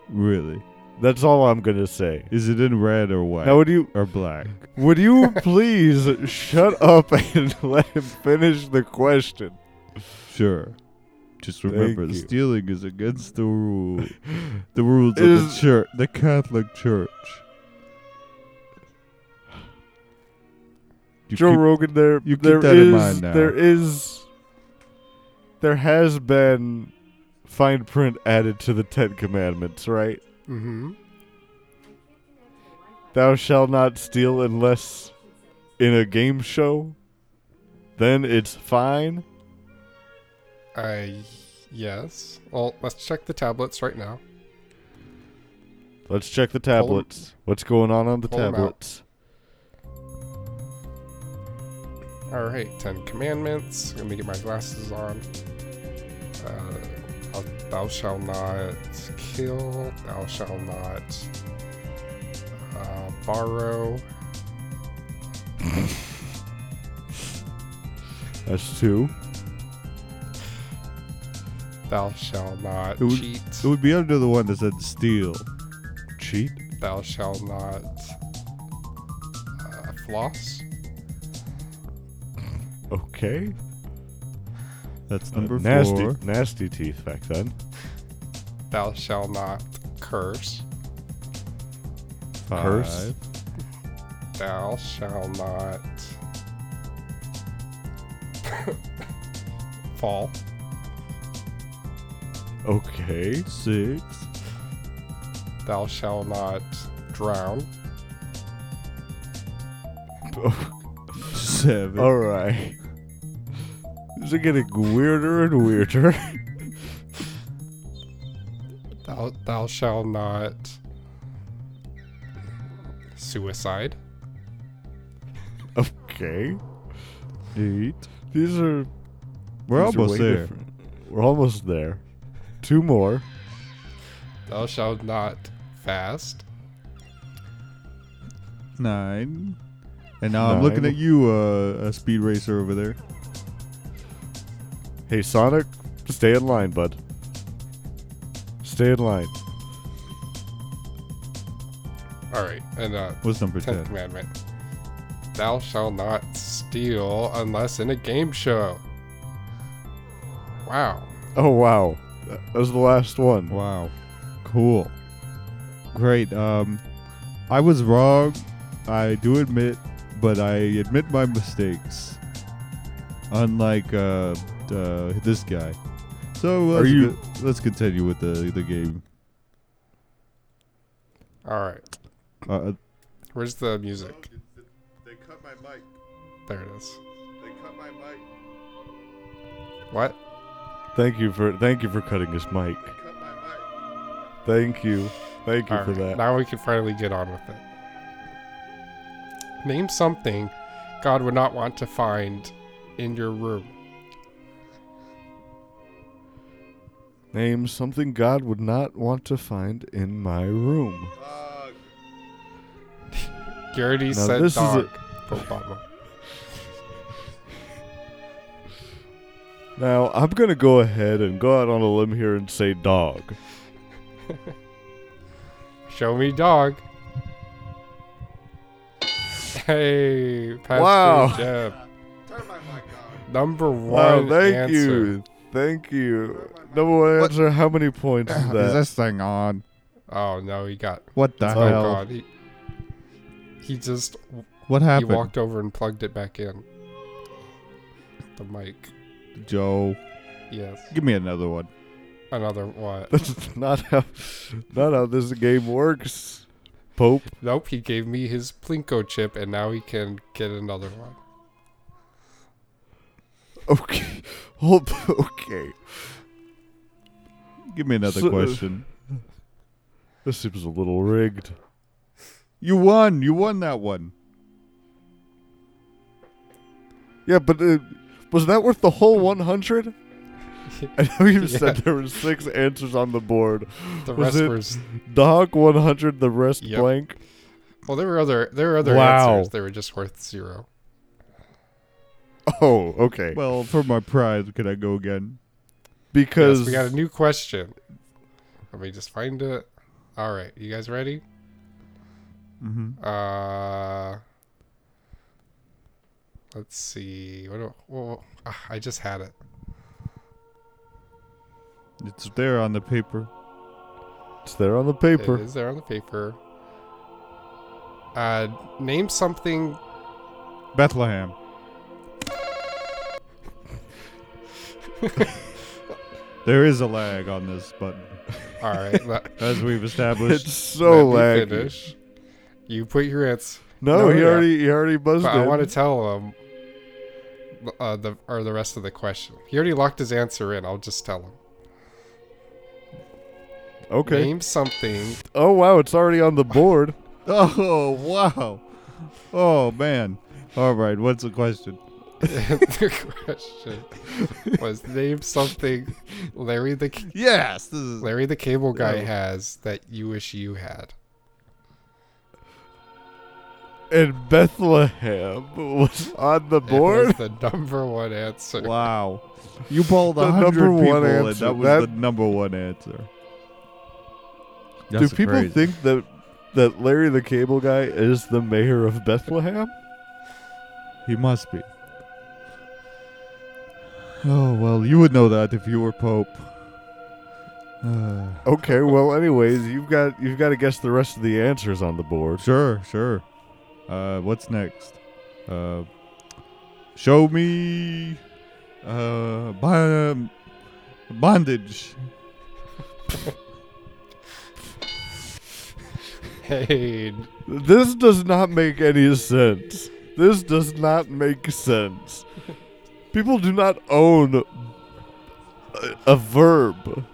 C: Really?
D: That's all I'm gonna say.
C: Is it in red or white
D: Now, would you
C: or black?
D: would you please shut up and let him finish the question?
C: Sure. Just remember,
D: Thank you.
C: stealing is against the rule. The rules
D: It
C: of the
D: is-
C: church, the Catholic Church. You
D: Joe
C: keep-
D: Rogan, there,
C: you keep
D: there
C: that in
D: is-
C: mind now.
D: there is, there has been fine print added to the Ten Commandments, right?
B: Mm-hmm.
D: Thou shalt not steal unless in a game show. Then it's fine.
B: I yes. Well, let's check the tablets right now.
D: Let's check the
B: them-
D: tablets. What's going on on the
B: pull 'em out.
D: tablets?
B: All right, Ten Commandments. Let me get my glasses on. Uh, uh, thou shalt not kill. Thou shalt not uh, borrow.
D: That's two.
B: Thou shalt not
C: It would-
B: cheat.
C: It would be under the one that said steal.
D: Cheat.
B: Thou shalt not uh, floss.
D: Okay.
C: That's Uh, number
D: Uh, nasty,
C: four.
D: nasty teeth back then.
B: Thou shalt not curse.
C: Five.
D: curse.
B: Thou shalt not fall.
D: Okay.
C: Six.
B: Thou shalt not drown.
C: Seven.
D: All right. Is it getting weirder and weirder?
B: Thou, thou shalt not suicide.
D: okay.
C: Eight.
D: These are.
C: We're
D: these are
C: almost
D: way
C: there.
D: different. We're almost there. Two more.
B: Thou shalt not fast.
C: Nine. And now i I'm looking
D: Nine.
C: at you, uh, a speed racer over there.
D: Hey, Sonic, stay in line, bud. Stay in line.
B: All right, and uh,
C: What's number
B: tenth
C: ten?
B: commandment: Thou shalt not steal unless in a game show. Wow.
D: Oh, wow. That was the last one.
C: Wow. Cool. Great. Um I was wrong. I do admit, but I admit my mistakes. Unlike uh, uh this guy. So let's,
D: you-
C: go- let's continue with the the game.
B: All right,
C: Uh,
B: where's the music?
C: they cut my mic.
B: There it is.
C: They cut my mic.
B: What?
D: Thank you for thank you for cutting his mic.
C: cut my mic.
D: Thank you. Thank you
B: All
D: for
B: right,
D: that.
B: Now we can finally get on with it. Name something God would not want to find in your room.
D: Name something God would not want to find in my room.
B: You already
D: Now
B: said
D: this is a-
B: dog. Obama.
D: Now, I'm going to go ahead and go out on a limb here and say dog.
B: Show me dog. Hey, Pastor
D: Wow.
B: Jeb. Number
D: Wow,
B: one.
D: thank
B: answer.
D: you. Thank you. Number one answer, how many points is
B: Uh,
C: Is
D: that?
C: this thing on?
B: Oh no, he got.
C: What the
B: Oh
C: hell?
B: god, he, he just
C: What
B: he
C: happened,
B: walked over and plugged it back in. The mic.
C: Joe?
B: Yes.
C: Give me another one.
B: Another what?
D: That's not how, not how this game works, Pope.
B: Nope, he gave me his Plinko chip and now he can get another one.
D: Okay. Hold, okay.
C: Give me another
D: So-
C: question.
D: This seems a little rigged.
C: You won. You won that one.
D: Yeah, but uh, was that worth the whole 100? I know you said there were six answers on the board.
B: The
D: Was
B: rest
D: it-
B: was
D: Dog 100, the rest
B: Yep.
D: blank.
B: well there were other there were other
D: Wow.
B: answers that were just worth zero.
D: Oh, okay.
C: Well, for my prize, can I go again?
D: because
B: Yes, we got a new question. Let me just find it. All right, you guys ready?
C: Mm-hmm.
B: Uh, let's see. What? Do, well, ah, I just had it.
C: It's there on the paper.
D: it's there on the
B: It
D: paper.
B: is there on the paper. Uh, name something.
C: Bethlehem. there is a lag on this button,
B: All right, let,
C: as we've established.
D: It's so
B: let me
D: laggy.
B: finish. You put your answer.
D: No,
B: No,
D: he
B: yeah.
D: already he already buzzed
B: But I
D: in.
B: want to tell him. Uh, the or the rest of the question. He already locked his answer in. I'll just tell him.
D: okay.
B: Name something
D: Oh wow, it's already on the board.
C: Oh wow! Oh man! All right, what's the question?
B: the question was name something Larry the
C: Yes, this is
B: Larry the Cable Guy
D: Oh.
B: has that you wish you had.
D: and Bethlehem was on the board.
B: It was the number one answer.
C: wow. You polled
D: The
C: a hundred
D: number one
C: people, and
D: answer.
C: that was
D: That-
C: the number one answer.
D: Do people think that that Larry the Cable Guy is the mayor of Bethlehem?
C: he must be? Oh well, you would know that if you were Pope. Uh,
D: Okay, well anyways, you've got you've got to guess the rest of the answers on the board.
C: sure, sure. Uh, what's next? Uh, show me uh, bon- bondage.
B: Hey,
D: This does not make any sense. This does not make sense. People do not own a, a verb.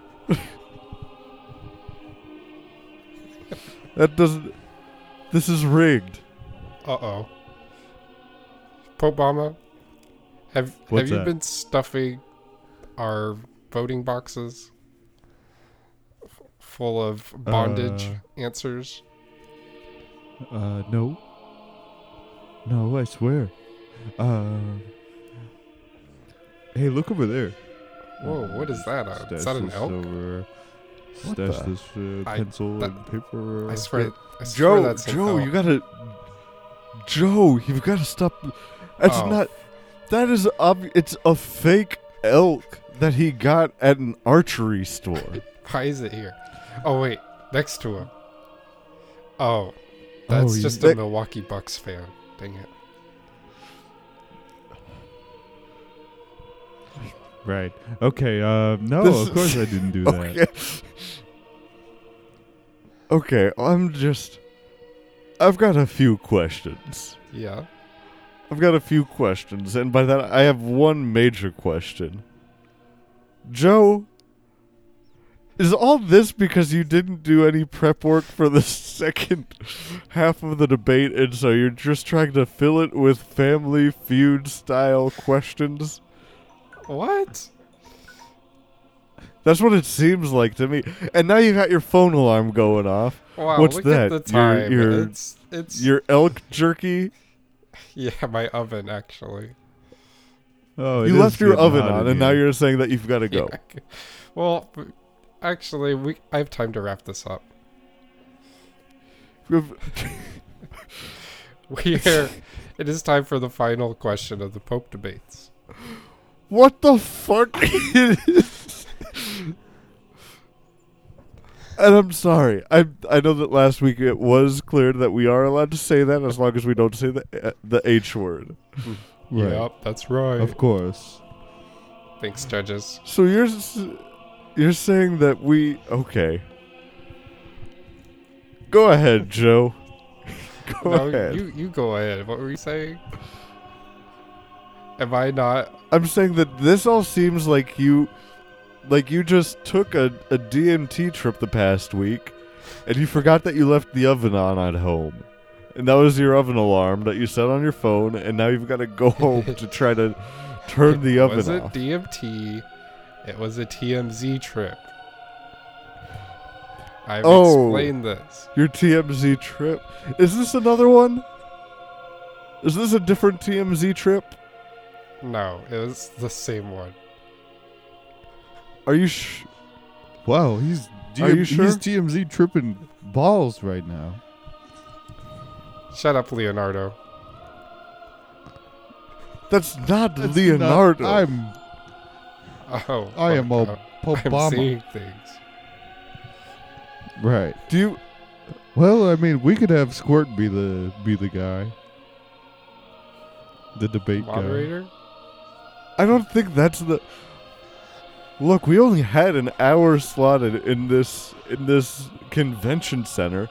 D: that doesn't. This is rigged.
B: uh oh. Pope Obama, have
C: What's
B: have you
C: that?
B: been stuffing our voting boxes f- full of bondage
C: Uh.
B: answers?
C: Uh, no. No, I swear. Uh, hey, look over there.
B: Whoa, what is that? Uh, is
C: Stash
B: that an
C: this
B: elk?
C: Over.
D: What
C: Stash
D: the-
C: this uh,
B: I-
C: pencil
B: that-
C: and paper.
B: I swear. I swear
D: Joe,
B: that's an
D: Joe,
B: elk.
D: you gotta. Joe, you've got to stop. That's
B: Oh.
D: not. That is ob- It's a fake elk that he got at an archery store.
B: Why is it here? Oh wait, next to him. Oh, that's
C: you-
B: just a
D: That-
B: Milwaukee Bucks fan. Dang it!
C: Right. Okay. Uh, no,
D: This-
C: of course I didn't do that.
D: Okay. okay, I'm just. I've got a few questions.
B: Yeah.
D: I've got a few questions, and by that I have one major question. Joe, Is all this because you didn't do any prep work for the second half of the debate, and so you're just trying to fill it with family feud style questions?
B: What?
D: That's what it seems like to me. And now you got your phone alarm going off.
B: Wow,
D: What's
B: look
D: that?
B: at the
D: Your-
B: time.
D: your-
B: it's it's
D: Your elk jerky.
B: yeah, my oven actually.
C: Oh, it
D: You
C: is
D: left your
C: getting
D: oven
C: hot
D: on,
C: in
D: and now
C: here.
D: you're saying that you've got to go.
B: Yeah. Well, actually, we I have time to wrap this up. We are. it is time for the final question of the Pope debates.
D: What the fuck? and I'm sorry. I I know that last week it was clear that we are allowed to say that as long as we don't say the uh, the H word.
C: Right.
B: Yep, that's right.
C: Of course.
B: Thanks, judges.
D: So you're s- you're saying that we okay? Go ahead, Joe. Go
B: no,
D: ahead.
B: you you go ahead. What were you saying? Am I not?
D: I'm saying that this all seems like you, like you just took a, a DMT trip the past week, and you forgot that you left the oven on at home, and that was your oven alarm that you set on your phone, and now you've got to go home to try to turn the
B: it
D: oven
B: was
D: off.
B: DMT. It was a TMZ trip. I've
D: Oh.
B: explained this.
D: your TMZ trip is this another one? Is this a different TMZ trip?
B: No, it was the same one.
D: Are you sh-
C: Wow, he's
D: Are you sure?
C: he's TMZ tripping balls right now.
B: Shut up, Leonardo.
D: That's not
C: That's not-
D: Leonardo.
C: I'm
B: Oh,
C: I am
B: oh,
C: a
B: oh, I'm
C: Obama.
B: seeing things.
C: Right.
D: Do you?
C: Well, I mean, we could have Squirt be the be the guy. The debate guy.
B: Moderator.
D: I don't think that's the. Look, we only had an hour slotted in this in this convention center.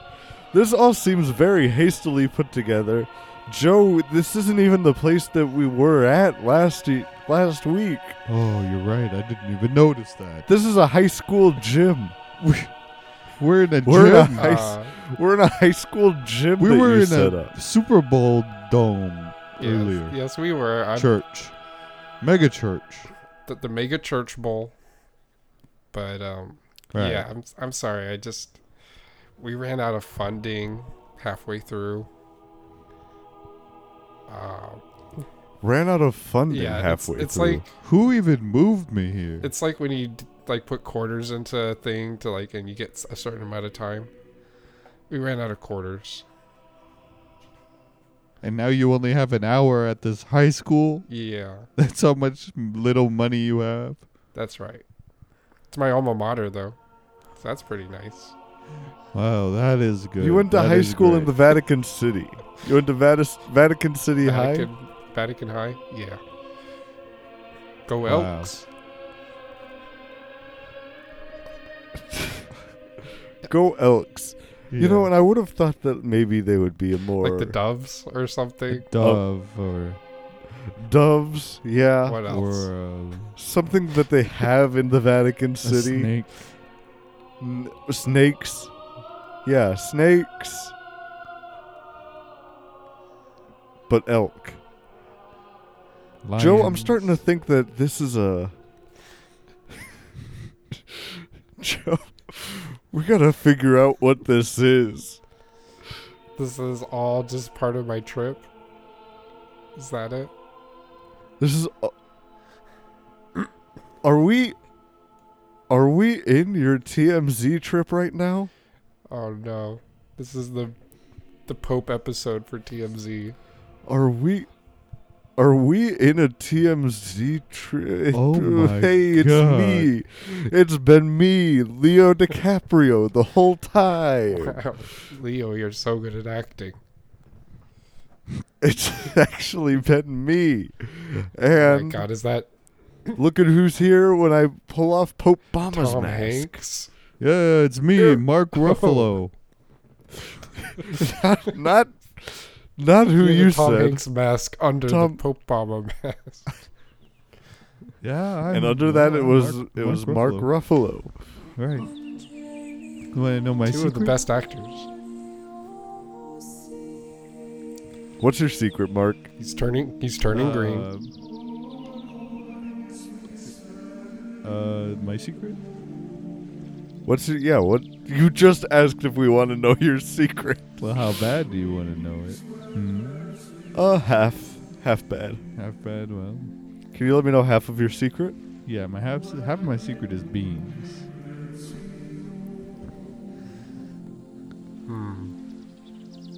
D: This all seems very hastily put together. Joe, this isn't even the place that we were at last e- last week.
C: Oh, you're right. I didn't even notice that.
D: This is a high school gym.
C: We, we're in a
D: We're in a
C: gym.
D: high s-
B: Uh,
D: We're in a high school gym.
C: we
D: that
C: were
D: you
C: in
D: set
C: a
D: up.
C: Super Bowl dome earlier.
B: yes, yes, we were. I'm
C: Church, mega church.
B: the, the mega church bowl. But um,
C: Right.
B: yeah, I'm I'm sorry. I just we ran out of funding halfway through. Uh,
D: Ran out of funding
B: yeah, it's,
D: halfway
B: it's
D: through.
B: like
C: Who even moved me here?
B: it's like when you d- like put quarters into a thing to like, and you get s- a certain amount of time. We ran out of quarters.
C: and now you only have an hour at this high school.
B: Yeah,
C: That's how much little money you have.
B: that's right. It's my alma mater though, so that's pretty nice.
C: Wow, that is good.
D: you went to
C: That
D: high
C: is
D: school in the
C: great.
D: Vatican City. You went to Vatis- Vatican City High.
B: Vatican, Vatican High. Yeah. Go
C: Wow.
B: Elks.
D: Go Elks. You know, and I would have thought that maybe they would be a more
B: Like the doves or something.
C: dove or
D: doves, yeah,
B: What else?
C: or uh,
D: something that they have in the Vatican
C: a
D: City.
C: snake.
D: N- snakes, yeah, snakes, but elk. Joe, I'm
C: lions.
D: starting to think that this is a Joe. We gotta figure out what this is.
B: This is all just part of my trip. Is that it?
D: This is. uh, Are we? Are we in your TMZ trip right now?
B: Oh no. This is the the Pope episode for TMZ.
D: Are we? Are we in a TMZ trip?
C: Oh my
D: hey, it's
C: God.
D: me. It's been me, Leo DiCaprio, the whole time.
B: Wow. Leo, you're so good at acting.
D: It's actually been me.
B: Oh my
D: And
B: god, is that
D: look at who's here when I pull off Pope Bama's
B: Tom
D: mask.
B: Hanks?
C: Yeah, it's me, Mark Ruffalo.
D: Not, not, not who
B: You're the
D: you
B: Tom
D: said.
B: Hanks mask under
D: Tom-
B: the Pope Obama mask.
C: Yeah,
D: and
C: I'm-
D: under that
C: yeah,
D: it was
C: Mark-
D: it was Mark Ruffalo.
C: All right. You want to know my
B: Two
C: secret?
B: of the best actors.
D: What's your secret, Mark?
B: He's turning. He's
C: Uh,
B: turning green.
C: Um, Uh, my secret?
D: What's your, yeah? What you just asked if we want to know your secret?
C: Well, how bad do you want to know it? Hmm?
D: Uh, half, half bad.
C: Half bad. Well,
D: Can you let me know half of your secret?
C: yeah. My half half of my secret is beans.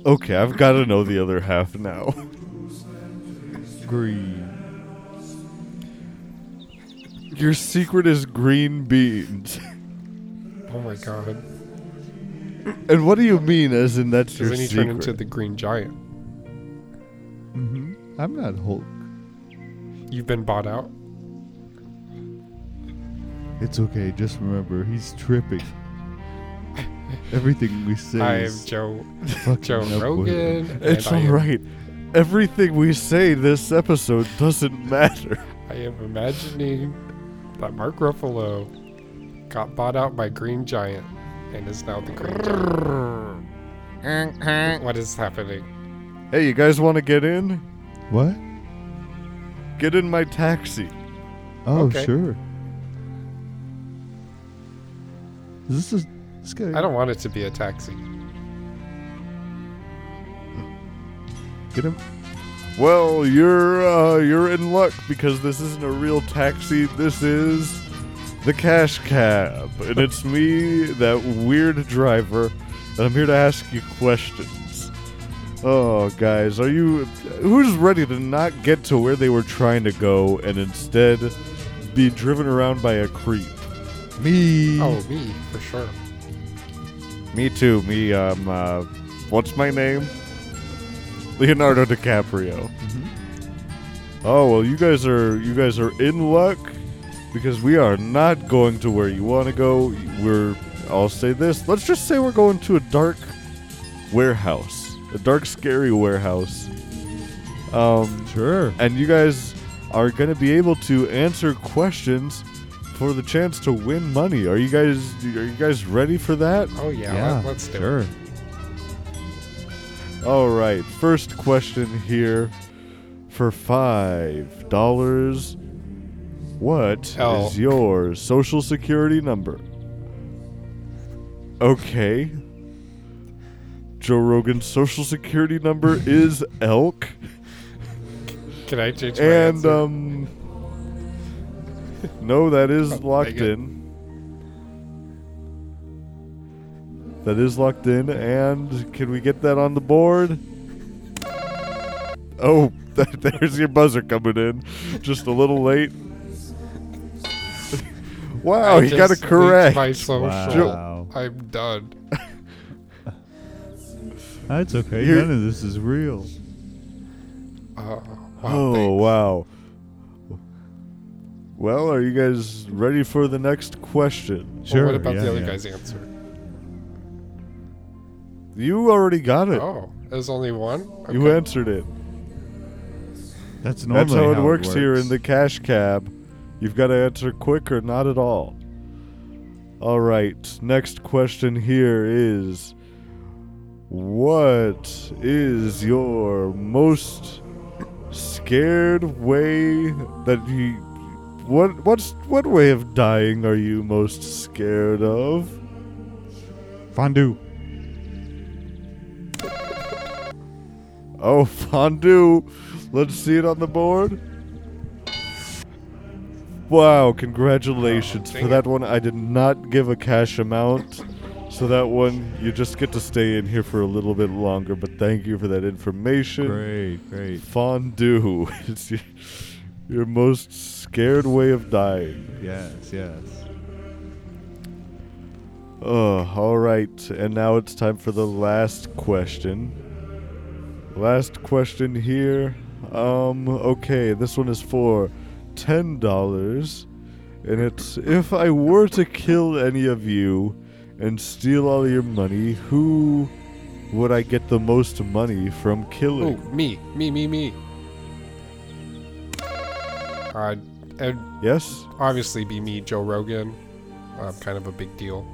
D: Okay, I've got to know the other half now.
C: Green.
D: Your secret is green beans.
B: Oh my god!
D: and what do you mean, as in that's
B: Does
D: your
B: then he
D: secret?
B: turn into the Green Giant?
C: hmm I'm not Hulk.
B: You've been bought out.
C: It's okay. Just remember, he's tripping. Everything we say
B: I'm
C: is
B: Joe
C: fucking
B: Joe
C: up with him.
B: Rogan. and
D: it's
B: I
D: all
B: am-
D: right. Everything we say this episode doesn't matter.
B: I am imagining that Mark Ruffalo got bought out by Green Giant and is now the Green Giant. what is happening?
D: Hey, you guys want to get in?
C: What?
D: Get in my taxi.
C: Oh,
B: Okay.
C: sure. Is this a, this guy?
B: I don't want it to be a taxi.
C: get him.
D: Well, you're uh, you're in luck because this isn't a real taxi. This is the cash cab, and it's me, that weird driver, and I'm here to ask you questions. Oh, guys, are you who's ready to not get to where they were trying to go and instead be driven around by a creep?
C: Me.
B: Oh, me for sure.
D: Me too. Me um, uh, what's my name? Leonardo DiCaprio. Oh well, you guys are you guys are in luck because we are not going to where you want to go. We're I'll say this. Let's just say we're going to a dark warehouse, a dark, scary warehouse. Um,
C: Sure.
D: and you guys are going to be able to answer questions for the chance to win money. Are you guys are you guys ready for that?
B: Oh yeah,
C: yeah.
B: Let, us do
C: sure.
B: it.
D: All right, first question here for five dollars. What is
B: L.
D: your social security number? Okay. Joe Rogan's social security number is elk,
B: Can I change my
D: and
B: answer?
D: um, no, that is
B: Oh,
D: locked
B: dang it.
D: in. That is locked in, and can we get that on the board? Oh, there's your buzzer coming in. Just a little late. wow,
B: I
D: oh, you got it
B: just leaked
D: correct.
B: My social.
C: Wow.
B: I'm done.
C: That's okay.
D: You're-
C: None of this is real.
B: Uh, wow,
D: oh,
B: thanks.
D: wow. Well, are you guys ready for the next question?
B: Well,
C: Sure.
B: what about
C: yeah,
B: the other
C: yeah.
B: guy's answer?
D: You already got it.
B: Oh, there's only one.
D: You
B: Okay.
D: answered it.
C: That's normally
D: That's how it works, here in the cash cab. You've got to answer quick or not at all. All right. Next question here is What is your most scared way that you what what's what way of dying are you most scared of?
C: fondue.
D: Oh, fondue. Let's see it on the board. Wow, congratulations.
B: Oh,
D: For
B: dang
D: that one, I did not give a cash amount. So that one, you just get to stay in here for a little bit longer. But thank you for that information.
C: Great, great.
D: Fondue. it's your, your most scared way of dying.
C: Yes, yes.
D: Oh, all right. And now it's time for the last question. Last question here. Um, okay, this one is for ten dollars, and it's if I were to kill any of you and steal all your money, who would I get the most money from
B: Oh,
D: killing?
B: me, me, me, me. Uh, and
D: Yes.
B: Uh, obviously be me, Joe Rogan. um, kind of a big deal.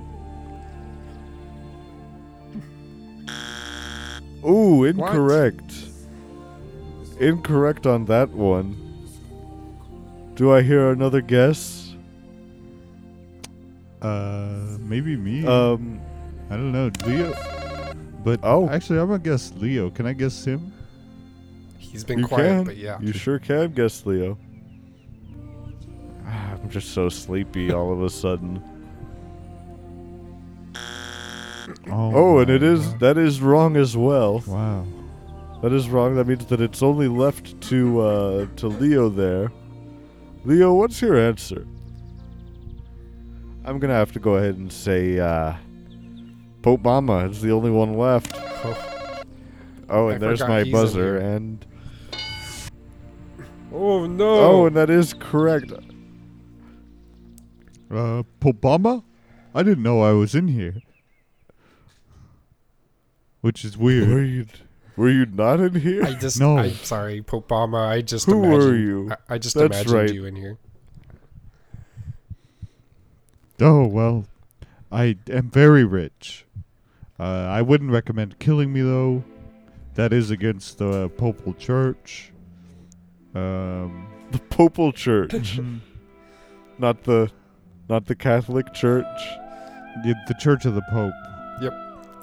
D: Ooh, incorrect. Incorrect on that one. Do I hear another guess?
C: Uh, maybe me.
D: Um,
C: I don't know, Leo. But
D: Oh.
C: actually, I'm gonna guess Leo. Can I guess him?
B: He's been
D: You
B: quiet,
D: can.
B: but yeah.
D: you sure can guess, Leo. Ah, I'm just so sleepy all of a sudden. Oh, and
C: my
D: it is
C: God.
D: that is wrong as well.
C: Wow.
D: That is wrong. That means that it's only left to uh, to Leo there. Leo, what's your answer? I'm gonna have to go ahead and say uh, Pope Mama. It's the only one left.
B: Oh,
D: Oh,
B: I
D: and there's
B: forgot
D: my
B: he's in
D: buzzer.
B: here.
D: And
B: Oh, no.
D: oh, and that is correct.
C: Uh, Pobama? I didn't know I was in here. Which is
D: Were
C: weird.
D: you were you not in here?
B: I just,
C: No.
B: I'm sorry, Pope Obama. I just
D: Who
B: imagined,
D: were you?
B: I, I just
D: That's
B: imagined
D: right.
B: you in here.
C: Oh, well, I am very rich. Uh, I wouldn't recommend killing me, though. That is against the Popal Church. Um,
D: the Popal Church, not the not the Catholic Church.
C: the the Church of the Pope.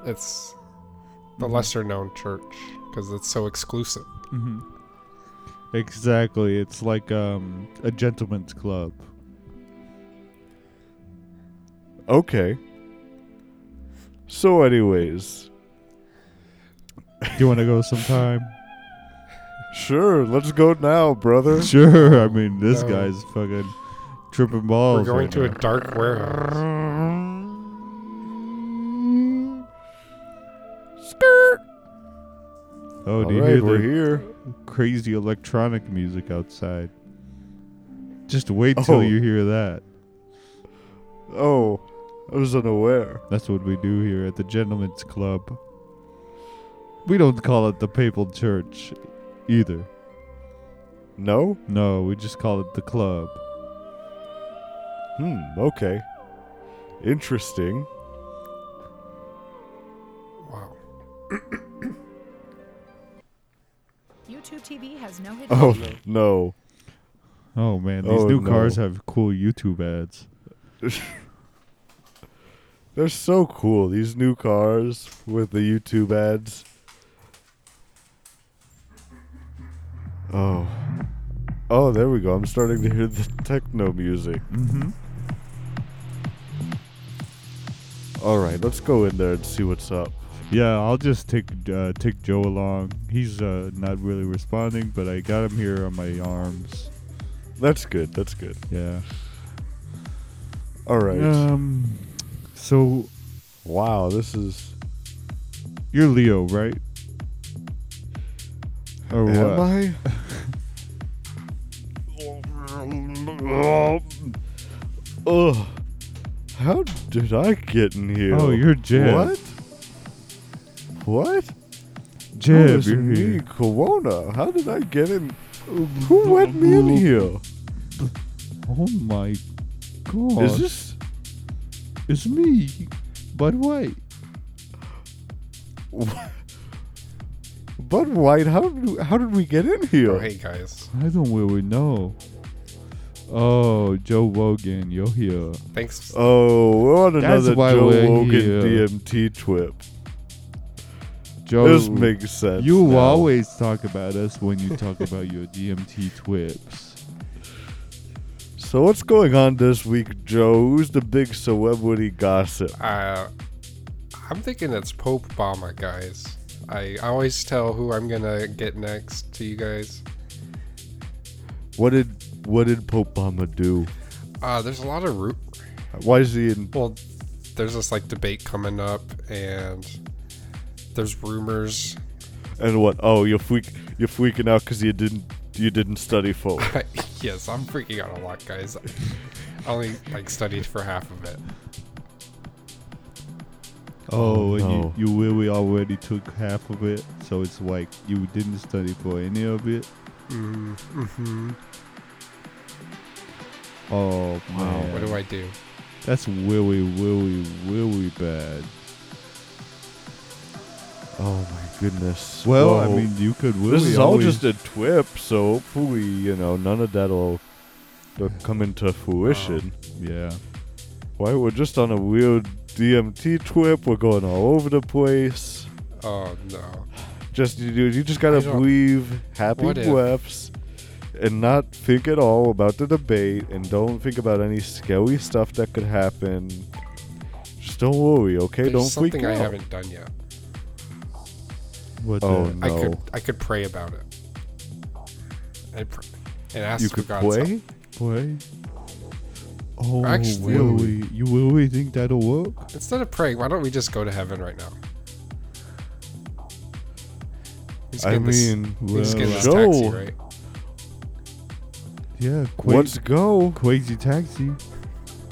B: It's the
C: Mhm.
B: lesser known church because it's so exclusive.
C: Mm-hmm. Exactly. It's like um, a gentleman's club.
D: Okay. So, anyways.
C: Do you want to go sometime?
D: Sure, let's go now, brother.
C: sure. I mean, this
B: No.
C: guy's fucking tripping balls.
B: We're going
C: right
B: to a
C: now.
B: dark warehouse.
C: Oh, do
D: All
C: you
D: right,
C: hear
D: we're
C: the
D: here.
C: crazy electronic music outside? Just wait till
D: Oh.
C: you hear that.
D: Oh, I was unaware.
C: That's what we do here at the Gentlemen's Club. We don't call it the Papal Church either.
D: No?
C: No, we just call it the club.
D: Hmm, okay. Interesting.
B: Wow.
E: YouTube TV has no hidden.
D: Oh, no.
C: Oh man, these
D: Oh,
C: new cars
D: no.
C: have cool YouTube ads.
D: They're so cool, these new cars with the YouTube ads. Oh. Oh, there we go. I'm starting to hear the techno music.
C: Mm-hmm.
D: All right, let's go in there and see what's up.
C: Yeah, I'll just take uh, take Joe along. He's uh, not really responding, but I got him here on my arms.
D: That's good. That's good.
C: Yeah.
D: All right.
C: Um. So
D: Wow, this is.
C: you're Leo, right? Or what?
D: Am I? Ugh. How did I get in here?
C: Oh, you're Jeb.
D: What? What?
C: Jeb,
D: oh, it's
C: you're
D: me,
C: here.
D: Corona. How did I get in? Who let me in here?
C: Oh my god.
D: Is this?
C: It's me. But wait.
D: Bud White, how did we, how did we get in here?
B: Oh, hey guys.
C: I don't really know. Oh, Joe Wogan, you're here.
B: Thanks.
D: Oh, what
C: That's
D: another
C: why
D: Joe
C: we're
D: Wogan
C: here.
D: DMT trip.
C: Joe,
D: This makes sense.
C: you
D: now.
C: always talk about us when you talk about your DMT twips.
D: So what's going on this week, Joe? Who's the big celebrity gossip?
B: Uh, I'm thinking it's Pope Obama, guys. I always tell who I'm gonna get next to you guys.
D: What did what did Pope Obama do?
B: Uh, there's a lot of root.
D: Why is he in?
B: Well, there's this like debate coming up, and there's rumors.
D: And what? Oh, you're freak you're freaking out because you didn't you didn't study for. it.
B: yes, I'm freaking out a lot, guys. I only like studied for half of it.
C: Oh, and
D: no.
C: you, you really already took half of it, so it's like you didn't study for any of it.
B: Mm-hmm.
C: Oh
D: Wow.
C: man,
B: What do I do?
C: Oh, That's willy, willy, willy bad.
D: Oh my goodness.
C: Well, I
D: Whoa.
C: mean, you could willy.
D: this is all
C: always-
D: just a twip, so hopefully, you know, none of that'll uh, come into fruition.
C: yeah.
D: Why we're just on a weird DMT twip? We're going all over the place.
B: Oh no.
D: Just you, you just
B: I
D: gotta
B: don't-
D: breathe happy
B: What if?
D: breaths and not think at all about the debate and don't think about any scary stuff that could happen. Just don't worry, okay?
B: There's
D: don't
B: something
D: freak
B: I
D: out.
B: haven't done yet.
C: What
D: Oh,
C: the-
D: no.
B: I could I could pray about it. And, pr- and ask
D: you
B: for
D: could
B: God's help.
D: play?
C: Play? Oh,
B: Actually-
C: Willie, you really think that'll work?
B: Instead of praying, why don't we just go to heaven right now? We just
D: I
B: get this-
D: mean,
B: we just get in
D: well,
B: this taxi,
D: Joel.
B: right?
C: Yeah, Qua-
D: Let's go.
C: Quasi Taxi.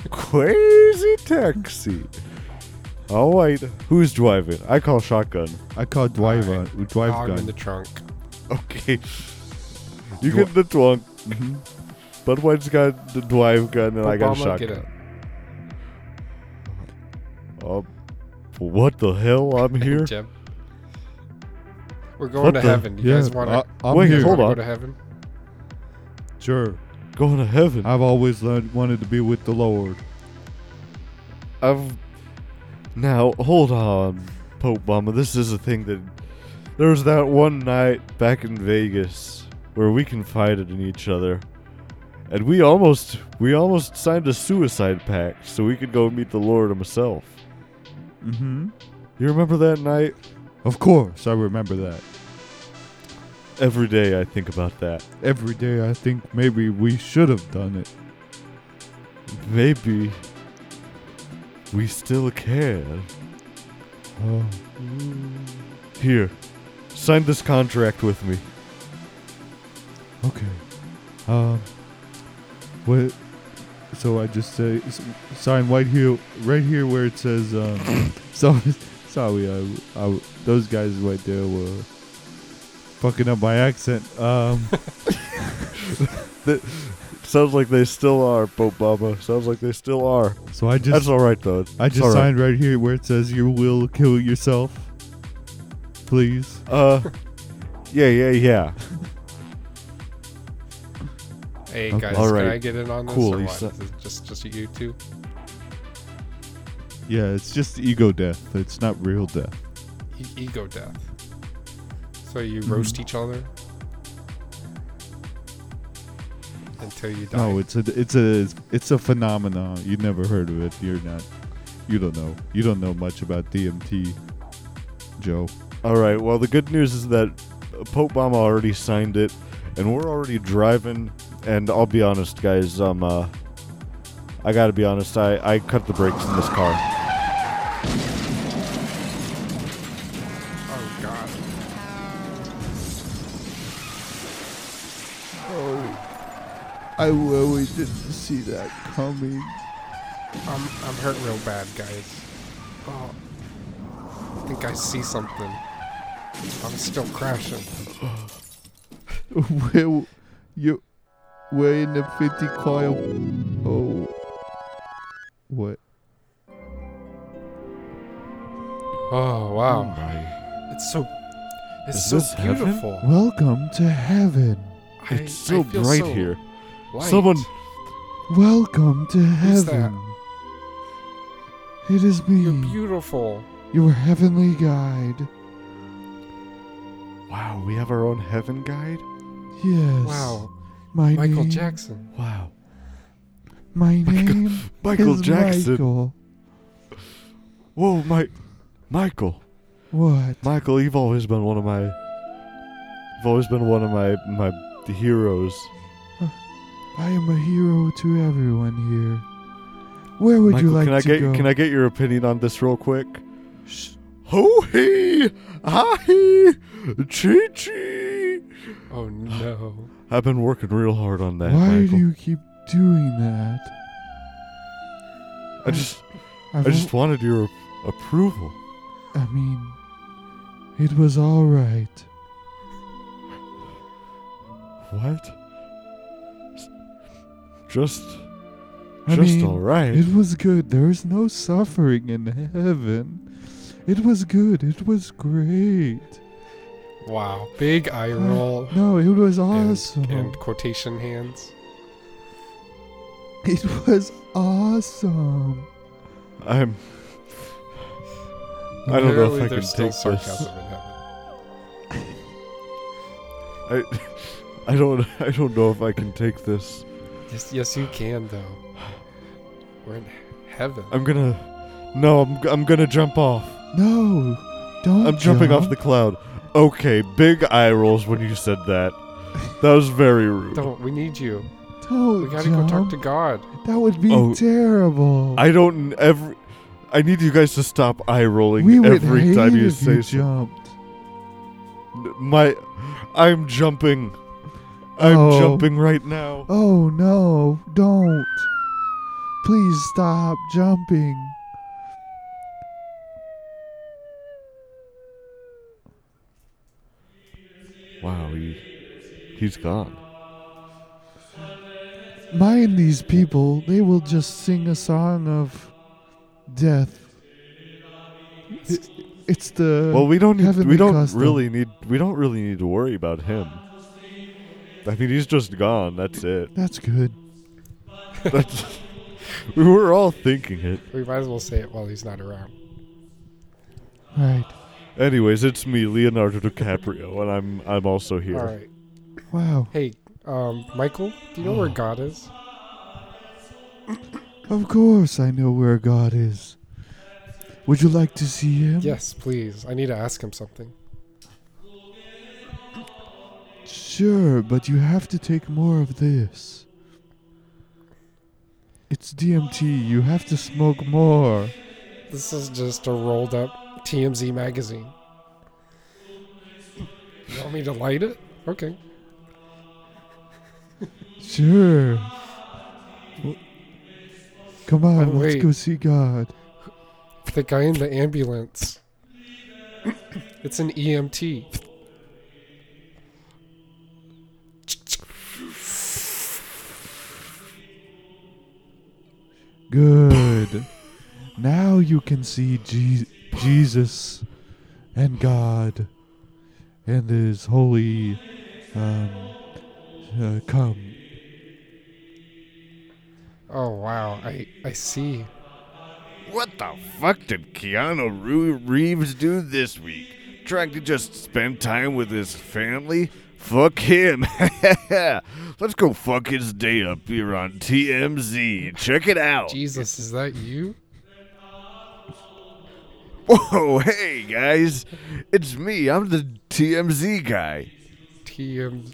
D: Crazy taxi. All right, who's driving? I call shotgun.
C: I call driver,
B: Alright.
C: drive
B: Oh, I'm
C: gun.
B: in the trunk.
D: Okay. You get the drunk.
B: Mm-hmm.
D: But White's got the drive gun, and I got a
B: Obama, get
D: shotgun.
B: up.
D: Oh, what the hell? I'm here.
B: Jeb. We're going
D: What
B: to
D: the-
B: heaven. You
C: yeah,
B: guys want to
C: I, am
D: Wait,
C: here.
D: hold
B: go
D: on.
B: to heaven?
C: Sure.
D: Going to heaven.
C: I've always learned, wanted to be with the Lord.
D: I've now hold on, Pope Mama. This is a thing that there was that one night back in Vegas where we confided in each other, and we almost we almost signed a suicide pact so we could go meet the Lord Himself.
C: Mm-hmm.
D: You remember that night?
C: Of course, I remember that.
D: Every day I think about that.
C: Every day I think maybe we should have done it.
D: Maybe we still can.
C: Oh,
D: Here, sign this contract with me.
C: okay. Um, what? So I just say s- sign right here, right here where it says. Um, so sorry, I, I, those guys right there were fucking up my accent. Um,
D: Sounds like they still are, Pope Mama. Sounds like they still are.
C: so I
D: That's
C: just,
D: all right though.
C: I
D: It's
C: just
D: all right.
C: signed right here where it says you will kill yourself. Please.
D: Uh, yeah, yeah, yeah.
B: Hey
C: Okay.
B: guys,
D: All
B: can
D: right.
B: I get in on this
D: Cool,
B: or
D: you
B: what?
D: said-
B: Is it just just you two?
C: Yeah, it's just ego death. It's not real death.
B: E- ego death. So you
C: Mm-hmm.
B: roast each other until you die.
C: No, it's a it's a it's a phenomenon. You never heard of it. You're not. You don't know. You don't know much about DMT, Joe.
D: All right. Well, the good news is that Pope Mama already signed it, and we're already driving. And I'll be honest, guys. Um, uh, I gotta be honest. I I cut the brakes in this car.
B: oh god.
C: Oh, I really didn't see that coming.
B: I'm I'm hurt real bad, guys. Oh, I think I see something. I'm still crashing.
C: Where you? We're in the fifty coil. Oh, what?
B: Oh wow.
C: Hmm.
B: It's so it's
D: Is
B: so
D: this heaven?
B: beautiful.
C: Welcome to heaven.
B: I-
D: It's so
B: I feel
D: bright
B: so
D: here.
C: Hmm?
B: light.
D: Someone-
C: Welcome to
B: Who's that?
C: heaven. It is me,
B: You're beautiful.
C: your heavenly guide.
D: Wow, we have our own heaven guide.
C: Yes.
B: Wow.
C: My
B: Michael
C: name-
B: Jackson.
D: Wow,
C: My
D: Michael-
C: name
D: Michael
C: is
D: Jackson.
C: Michael.
D: Whoa, Mike, Michael,
C: What?
D: Michael, you've always been one of my, you've always been one of my my heroes.
C: I am a hero to everyone here. Where would
D: Michael,
C: you like
D: can I
C: to
D: get
C: go?
D: can I get your opinion on this real quick?
C: Shh.
D: Ho hee, ha hee, chee chee.
C: Ah.
B: Oh no.
D: I've been working real hard on that,
C: Why do
D: Michael.
C: you keep doing that?
D: I just,
C: I,
D: I just wanted your approval.
C: I mean, it was all right.
D: What? Just
C: I
D: just
C: mean,
D: all right.
C: It was good. There is no suffering in heaven. It was good. It was great.
B: Wow. Big eye roll.
C: No, it was
B: and-
C: awesome.
B: and quotation hands.
C: It was awesome.
D: I'm. I don't know
B: Clearly
D: if I can
B: there's
D: take
B: still
D: this.
B: sarcasm in heaven.
D: I, I don't. I don't know if I can take this.
B: Yes, yes, you can though. We're in heaven.
D: I'm gonna. No, I'm. I'm gonna jump off.
C: No, don't.
D: I'm jumping off
C: jump.
D: the cloud. Okay, big eye rolls when you said that. That was very rude.
B: Don't. We need you.
C: Don't
B: We gotta go
C: jump.
B: talk to God.
C: That would be
D: Oh.
C: terrible.
D: I don't every. I need you guys to stop eye rolling
C: we would
D: every
C: hate
D: time you
C: if
D: say
C: you
D: something.
C: jumped.
D: My, I'm jumping. I'm
C: Oh.
D: jumping right now.
C: Oh no, don't. Please stop jumping.
D: Wow, he, he's gone.
C: Mind these people, they will just sing a song of death. It- it's the
D: Well, we don't need,
C: Heavenly
D: we don't
C: custom.
D: really need we don't really need to worry about him. I mean, he's just gone. That's it.
C: That's good.
D: That's, we were all thinking it.
B: We might as well say it while he's not around.
C: Right.
D: Anyways, it's me, Leonardo DiCaprio, and I'm I'm also here.
B: All right.
C: Wow.
B: Hey, um, Michael, do you know
D: Oh.
B: where God is?
C: Of course I know where God is. Would you like to see him?
B: Yes, please. I need to ask him something.
C: Sure, but you have to take more of this. It's DMT. You have to smoke more.
B: This is just a rolled up TMZ magazine. You want me to light it? Okay.
C: Sure. W- Come on,
B: Oh,
C: let's
B: wait.
C: go see God.
B: The guy in the ambulance. It's an E EMT.
C: Good. now you can see Je- Jesus and God and His holy um, uh, come.
B: Oh wow, I I see.
F: What the fuck did Keanu Roo- Reeves do this week? Trying to just spend time with his family? Fuck him. Let's go fuck his day up here on TMZ. Check it out.
B: Jesus, is that you?
F: Whoa, hey guys. It's me. I'm the TMZ guy.
B: TM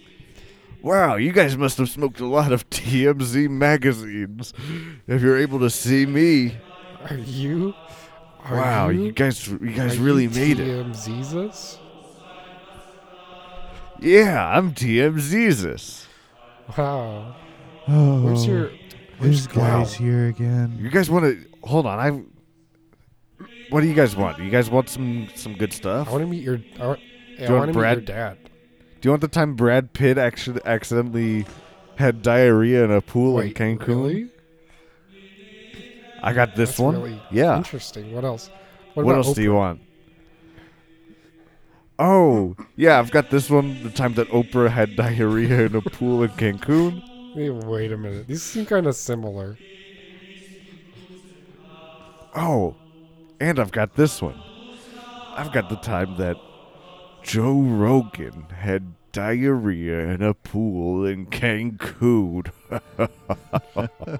F: Wow, you guys must have smoked a lot of TMZ magazines. If you're able to see me.
B: are you? Are
F: Wow,
B: you,
F: you guys you guys
B: are
F: really
B: you
F: made it.
B: TM Jesus?
F: Yeah, I'm TMZesus.
B: Wow.
C: Oh,
B: Where's your
C: this
B: where's
C: guy's
B: wow.
C: here again.
F: You guys want to hold on? I. What do you guys want? You guys want some some good stuff?
B: I want to meet your I
F: want
B: want, I want to meet your
F: Brad?
B: dad.
F: do you want the time Brad Pitt actually accidentally had diarrhea in a pool
B: Wait,
F: in Cancun?
B: really?
F: I got this
B: That's
F: one.
B: really
F: yeah.
B: Interesting. What else?
F: What,
B: about
F: else do you
B: Oprah?
F: want? Oh yeah, I've got this one. The time that Oprah had diarrhea in a pool in Cancun.
B: Hey, Wait a minute. These seem kind of similar.
F: Oh, and I've got this one. I've got the time that Joe Rogan had diarrhea in a pool in Cancun.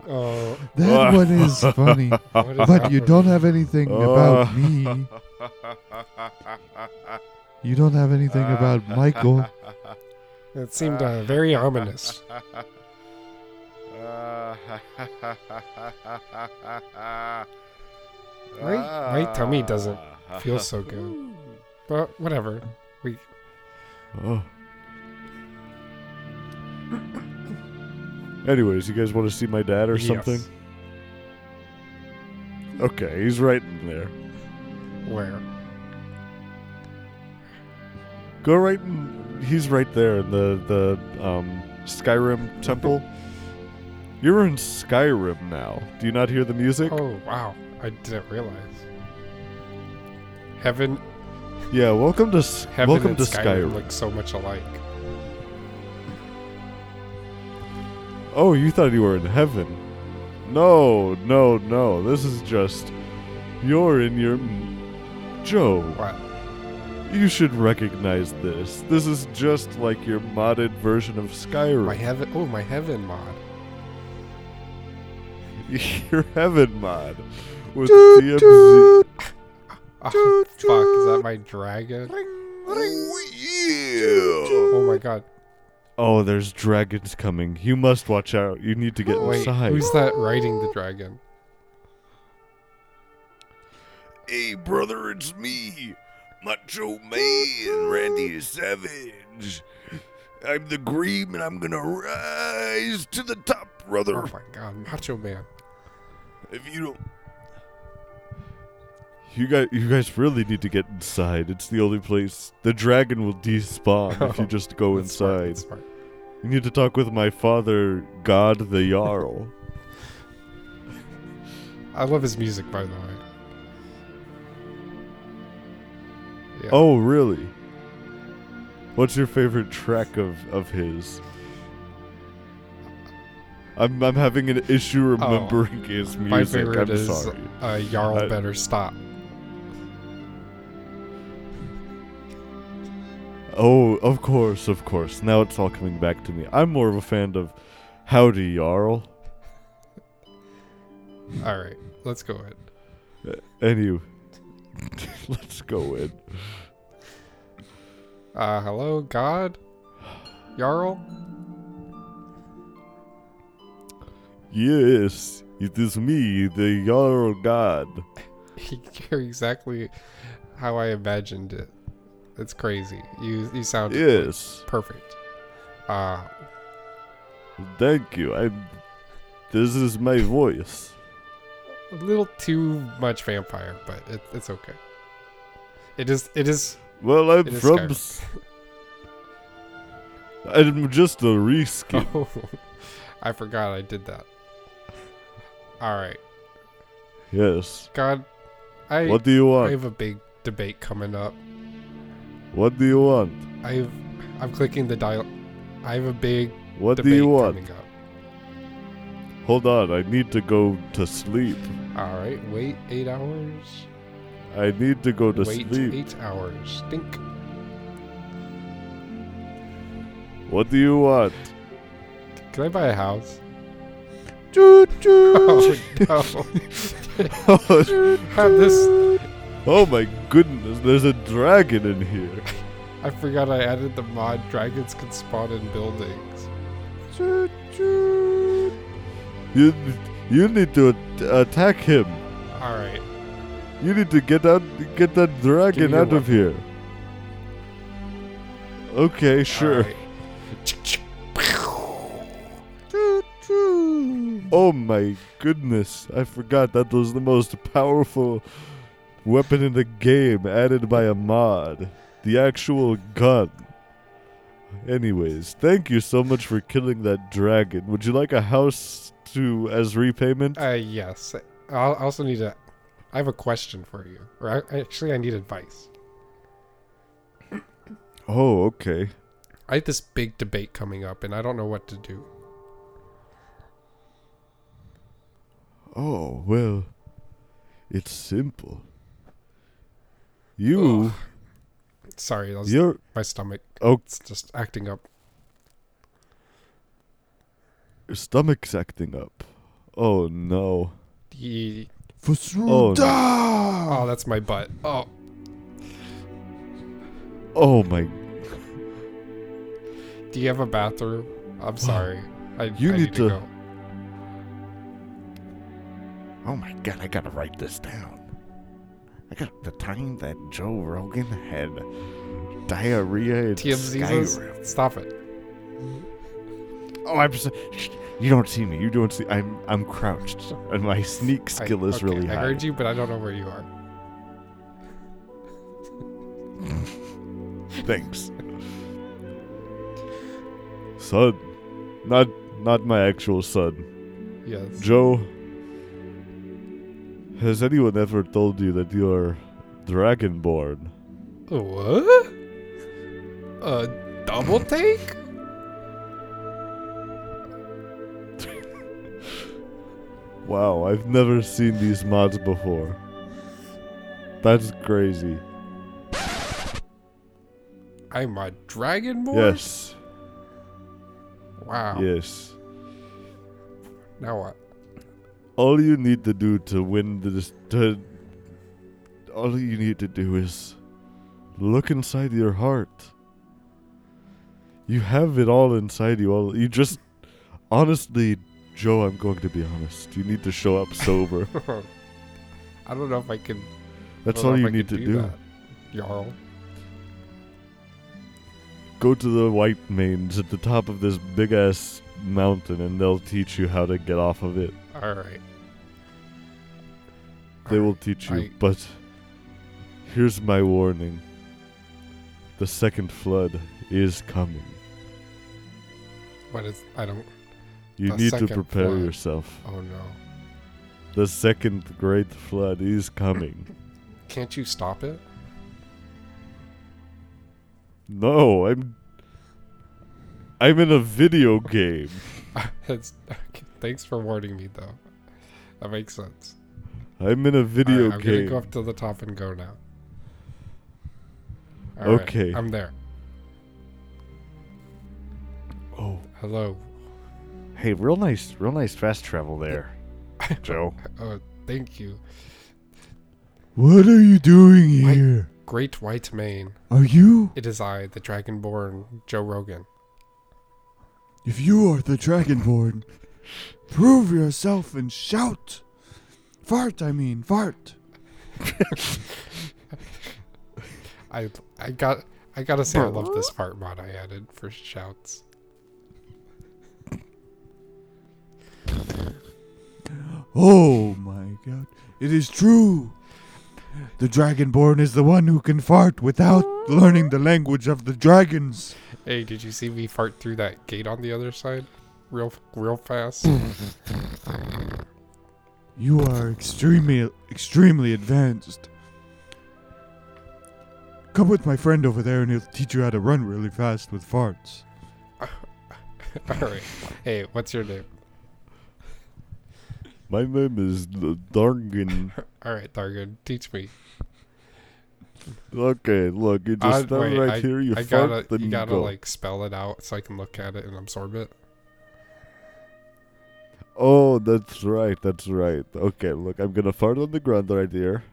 B: Oh,
C: That one is funny,
B: what is
C: but you
B: happening?
C: don't have anything about me. You don't have anything about Michael.
B: It seemed uh, very ominous. My, my tummy doesn't feel so good. But whatever. We
F: Oh.
D: Anyways, you guys want to see my dad or
B: yes.
D: something? Okay, he's right in there.
B: Where?
D: Go right in. He's right there in the the um, Skyrim temple. You're in Skyrim now. Do you not hear the music?
B: Oh, wow. I didn't realize. Heaven,
D: Yeah, welcome to S-
B: heaven
D: welcome
B: and
D: to
B: Skyrim,
D: Skyrim.
B: look so much alike.
D: Oh, you thought you were in heaven. No, no, no. This is just you're in your Joe.
B: What?
D: You should recognize this. This is just like your modded version of
B: My
D: Skyrim.
B: heaven. Oh, my heaven mod.
D: your heaven mod with DMZ.
B: Oh, fuck, is that my dragon? Oh my god.
D: Oh, there's dragons coming. You must watch out. You need to get
B: Wait,
D: inside.
B: who's that riding the dragon?
F: Hey, brother, it's me, Macho Man Randy Savage. I'm the Green, and I'm gonna rise to the top,
B: Oh
F: brother.
B: my god, Macho Man.
F: If you don't,
D: You guys, you guys really need to get inside. It's the only place. The dragon will despawn if you just go
B: That's smart,
D: inside.
B: that's smart.
D: You need to talk with my father, God the Jarl.
B: I love his music, by the way. Yeah.
D: Oh, really? What's your favorite track of, of his? I'm, I'm having an issue remembering his music.
B: Oh, my favorite
D: I'm
B: is
D: sorry.
B: uh, Jarl
D: I-
B: Better Stop.
D: Oh, of course, of course. Now it's all coming back to me. I'm more of a fan of Howdy Jarl.
B: All right, let's go in.
D: Anyway, let's go in.
B: Uh, hello, God? Jarl?
D: Yes, it is me, the Jarl God.
B: You're exactly how I imagined it. It's crazy. You you sound
D: Yes,
B: perfect. Uh,
D: thank you. I'm. This is my voice.
B: a little too much vampire, but it, it's okay. It is it is
D: Well, I'm
B: it is
D: from.
B: Skyrim.
D: S- I'm just a reskin.
B: Oh, I forgot I did that. All right,
D: Yes.
B: God, I
D: What do you
B: I
D: want?
B: have a big debate coming up.
D: What do you want?
B: I've I'm clicking the dial. I have a big
D: What do
B: debate
D: you want?
B: coming up.
D: Hold on, I need to go to sleep.
B: All right, wait eight hours.
D: I need to go to
B: wait
D: sleep.
B: eight hours. Think.
D: What do you want?
B: Can I buy a house?
D: Choo choo.
B: Oh no! Have this.
D: oh my goodness, there's a dragon in here.
B: I forgot I added the mod. Dragons can spawn in buildings.
D: Choo choo. You, you need to at- attack him.
B: All right.
D: You need to get out, get that
B: Give
D: dragon
B: me your
D: out of here. Okay, sure.
B: All right.
D: Oh my goodness, I forgot that was the most powerful weapon in the game added by a mod. The actual gun. Anyways, thank you so much for killing that dragon. Would you like a house to as repayment?
B: Uh, yes. I'll- I also need a. I have a question for you. Or I, actually, I need advice.
D: Oh, okay.
B: I have this big debate coming up, and I don't know what to do.
D: Oh, well, it's simple. You,
B: Sorry, that was
D: you're
B: my stomach.
D: oh,
B: It's just acting up.
D: your stomach's acting up. Oh no.
B: Ye-
D: Oh, no.
B: Oh, that's my butt. Oh,
D: oh my
B: do you have a bathroom? I'm sorry. I,
D: You
B: I
D: need to-
B: go.
F: oh my god, I gotta write this down. I got the time that Joe Rogan had diarrhea in Skyrim.
B: TMZ, stop it.
F: Oh, I'm so, shh, you don't see me. You don't see. I'm I'm crouched, and my sneak
B: I-
F: skill is
B: okay,
F: really
B: I
F: high.
B: heard you, but I don't know where you are.
F: Thanks.
D: son. Not not my actual son.
B: Yes.
D: Joe, has anyone ever told you that you are dragonborn?
B: What? A double take?
D: Wow, I've never seen these mods before. That's crazy.
B: I'm a dragonborn?
D: Yes.
B: Wow.
D: Yes.
B: Now what?
D: All you need to do to win this to all you need to do is look inside your heart. You have it all inside you. All you just honestly, Joe, I'm going to be honest. You need to show up sober.
B: I don't know if I can.
D: That's
B: don't
D: all
B: know
D: you
B: if I
D: need to
B: can
D: do.
B: that, Jarl.
D: Go to the white mains at the top of this big ass mountain and they'll teach you how to get off of it.
B: All right.
D: They
B: All
D: will teach you,
B: I-
D: but here's my warning. The second flood is coming.
B: What is? I don't.
D: You
B: The
D: need to
B: second
D: prepare
B: flood.
D: yourself.
B: Oh no.
D: The second great flood is coming.
B: Can't you stop it?
D: no, I'm I'm in a video game.
B: It's, thanks for warning me, though. That makes sense.
D: I'm in a video
B: Alright, I'm
D: game.
B: gonna go up to the top and go now.
D: Okay.
B: I'm there.
D: Oh,
B: Hello.
G: Hey, real nice, real nice fast travel there, Joe.
B: Oh, thank you.
C: What are you doing here?
B: Great White Mane.
C: Are you?
B: It is I, the Dragonborn Joe Rogan.
C: If you are the Dragonborn, prove yourself and shout. Fart, I mean, fart.
B: I I got I gotta say I love this fart mod I added for shouts.
C: Oh my god. It is true. The Dragonborn is the one who can fart without learning the language of the dragons.
B: Hey, did you see me fart through that gate on the other side? Real real fast.
C: You are extremely, extremely advanced. Come with my friend over there and he'll teach you how to run really fast with farts.
B: Alright. Hey, what's your name?
D: my name is the Dargan.
B: Alright, Dargon, teach me.
D: okay, look, you just
B: Uh,
D: stand
B: wait,
D: right
B: I-
D: here. You
B: I
D: fart,
B: gotta
D: then
B: you gotta
D: go.
B: like spell it out so I can look at it and absorb it.
D: Oh, that's right. That's right. Okay, look, I'm gonna fart on the ground right here.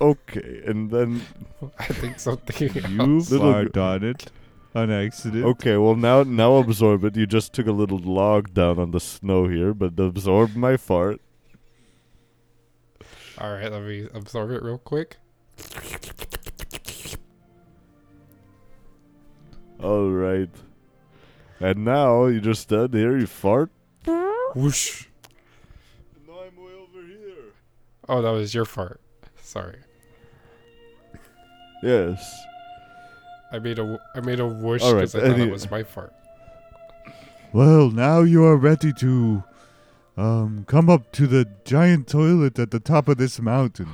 D: Okay, and then
B: I think something
H: You
B: else.
D: Little
H: fart on it on accident.
D: okay, well now now absorb it. You just took a little log down on the snow here, but absorb my fart.
B: Alright, let me absorb it real quick.
D: All right. And now you just stand here, you fart.
B: Whoosh.
D: Now I'm way over here.
B: Oh, that was your fart. Sorry.
D: Yes.
B: I made a I made a whoosh
D: All right,
B: because I thought
D: any-
B: it was my fart.
C: Well, now you are ready to um, come up to the giant toilet at the top of this mountain.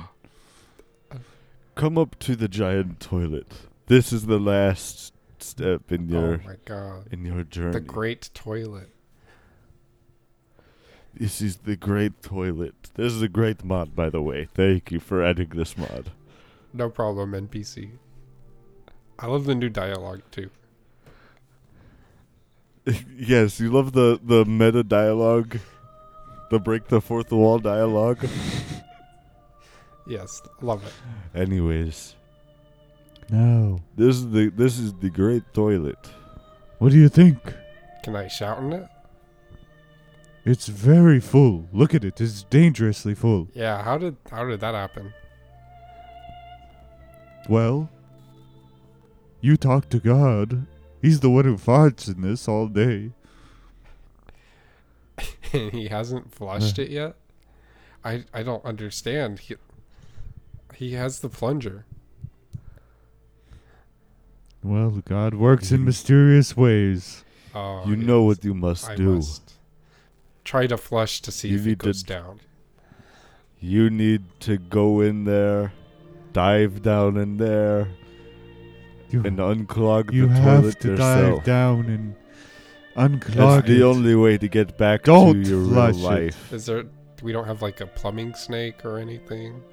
D: Come up to the giant toilet. This is the last step in your
B: Oh my god.
D: in your journey.
B: The great toilet.
D: This is the great toilet. This is a great mod, by the way. Thank you for adding this mod.
B: No problem, NPC. I love the new dialogue too.
D: yes, you love the the meta dialogue, the break the fourth wall dialogue.
B: Yes, love it.
D: Anyways,
C: Now,
D: this is the this is the great toilet.
C: what do you think?
B: Can I shout in it?
C: It's very full. Look at it. It's dangerously full.
B: Yeah, how did how did that happen?
C: Well, you talk to God. He's the one who farts in this all day.
B: he hasn't flushed
D: Hmm.
B: it yet? I I don't understand. He he has the plunger.
C: Well, God works in mysterious ways.
B: Oh,
D: you
B: yes,
D: know what you must
B: I
D: do.
B: must. Try to flush to see
D: You
B: if it
D: need to-
B: goes down.
D: You need to go in there, dive down in there,
C: You,
D: and unclog
C: you
D: the
C: have
D: toilet
C: to
D: yourself.
C: dive down and unclog
D: That's the
C: it.
D: only way to get back
C: Don't
D: to your real
C: flush it.
D: life.
B: Is there? We don't have like a plumbing snake or anything.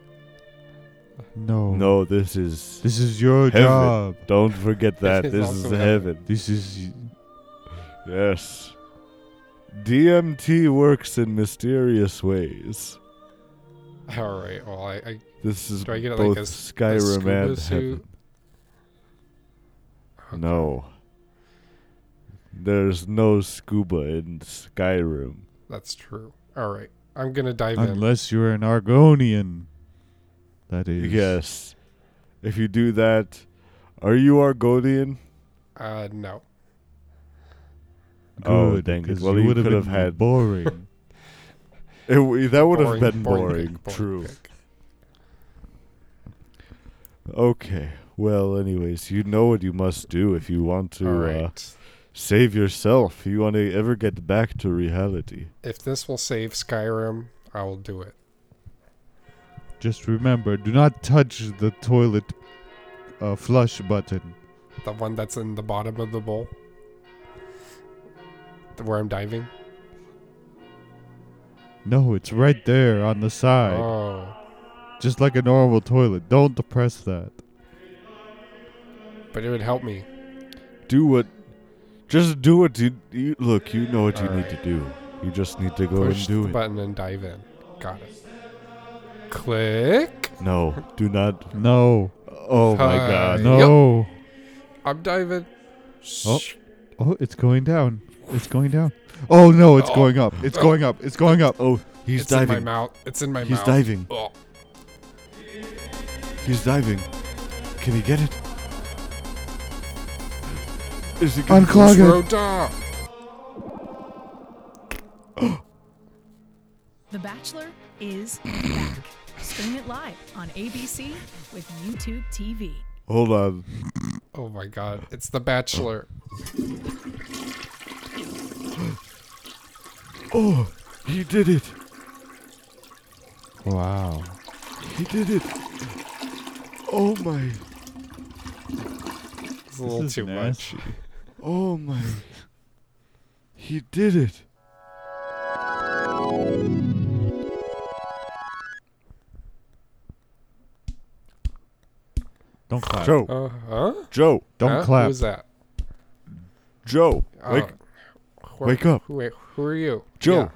C: No.
D: No, this is.
C: This is your
D: Heaven.
C: job.
D: Don't forget that.
B: It's
D: this is
B: also
D: heaven.
C: This is
D: Yes. DMT works in mysterious ways.
B: All right. Well, I, I
D: This is
B: Do I get, like,
D: both
B: a s- a
D: Skyrim
B: scuba
D: and
B: suit?
D: heaven. No. There's no scuba in Skyrim.
B: that's true. All right. I'm gonna dive in.
C: unless you're an Argonian. That is.
D: Yes. If you do that, are you Argodian?
B: Uh, no.
C: Good,
D: Oh, dang it.
C: because
D: Well,
C: you
D: you
C: would have
D: could
C: been
D: have had-
C: boring.
D: It, w- that would have
B: Boring,
D: been boring.
B: boring pick, boring
D: True.
B: pick.
D: Okay. Well, anyways, you know what you must do if you want to
B: All
D: uh,
B: right.
D: save yourself. If you want to ever get back to reality.
B: If this will save Skyrim, I will do it.
C: Just remember, do not touch the toilet uh, flush button.
B: The one that's in the bottom of the bowl, The- where I'm diving.
C: No, it's right there on the side,
B: Oh,
C: just like a normal toilet. Don't press that.
B: but it would help me.
D: Do what. Just do what you, you look. You know what you
B: All
D: need to do. You just need to go
B: Push
D: and
B: the
D: do it.
B: button and dive in. Got it. Click.
D: No, do not.
C: No,
D: Oh my
B: Hi.
D: God.
C: no.
B: I'm diving.
C: Oh. Oh, it's going down. It's going down. Oh no, it's
B: Oh.
C: going up. It's going up. It's going up.
D: Oh, he's
B: it's in my
D: diving.
B: mouth. It's in my
D: He's
B: mouth.
D: diving.
B: Oh,
D: He's diving. Can he get it? Is he gonna
C: Unclog
B: slow
C: it.
B: down.
E: The Bachelor is back. Stream it live on ABC with YouTube TV.
D: Hold on.
B: Oh my god, it's The Bachelor.
D: Oh, he did it.
C: Wow.
D: He did it. Oh my.
B: It's a little
C: is
B: too much.
C: nasty.
D: Oh my. He did it.
C: Don't clap.
D: Joe.
B: Uh huh.
D: Joe.
C: Don't
B: huh?
C: clap.
B: Who's that?
D: Joe. Wake,
B: Oh, who are-
D: wake up.
B: Who, who are you?
D: Joe.
B: Yeah.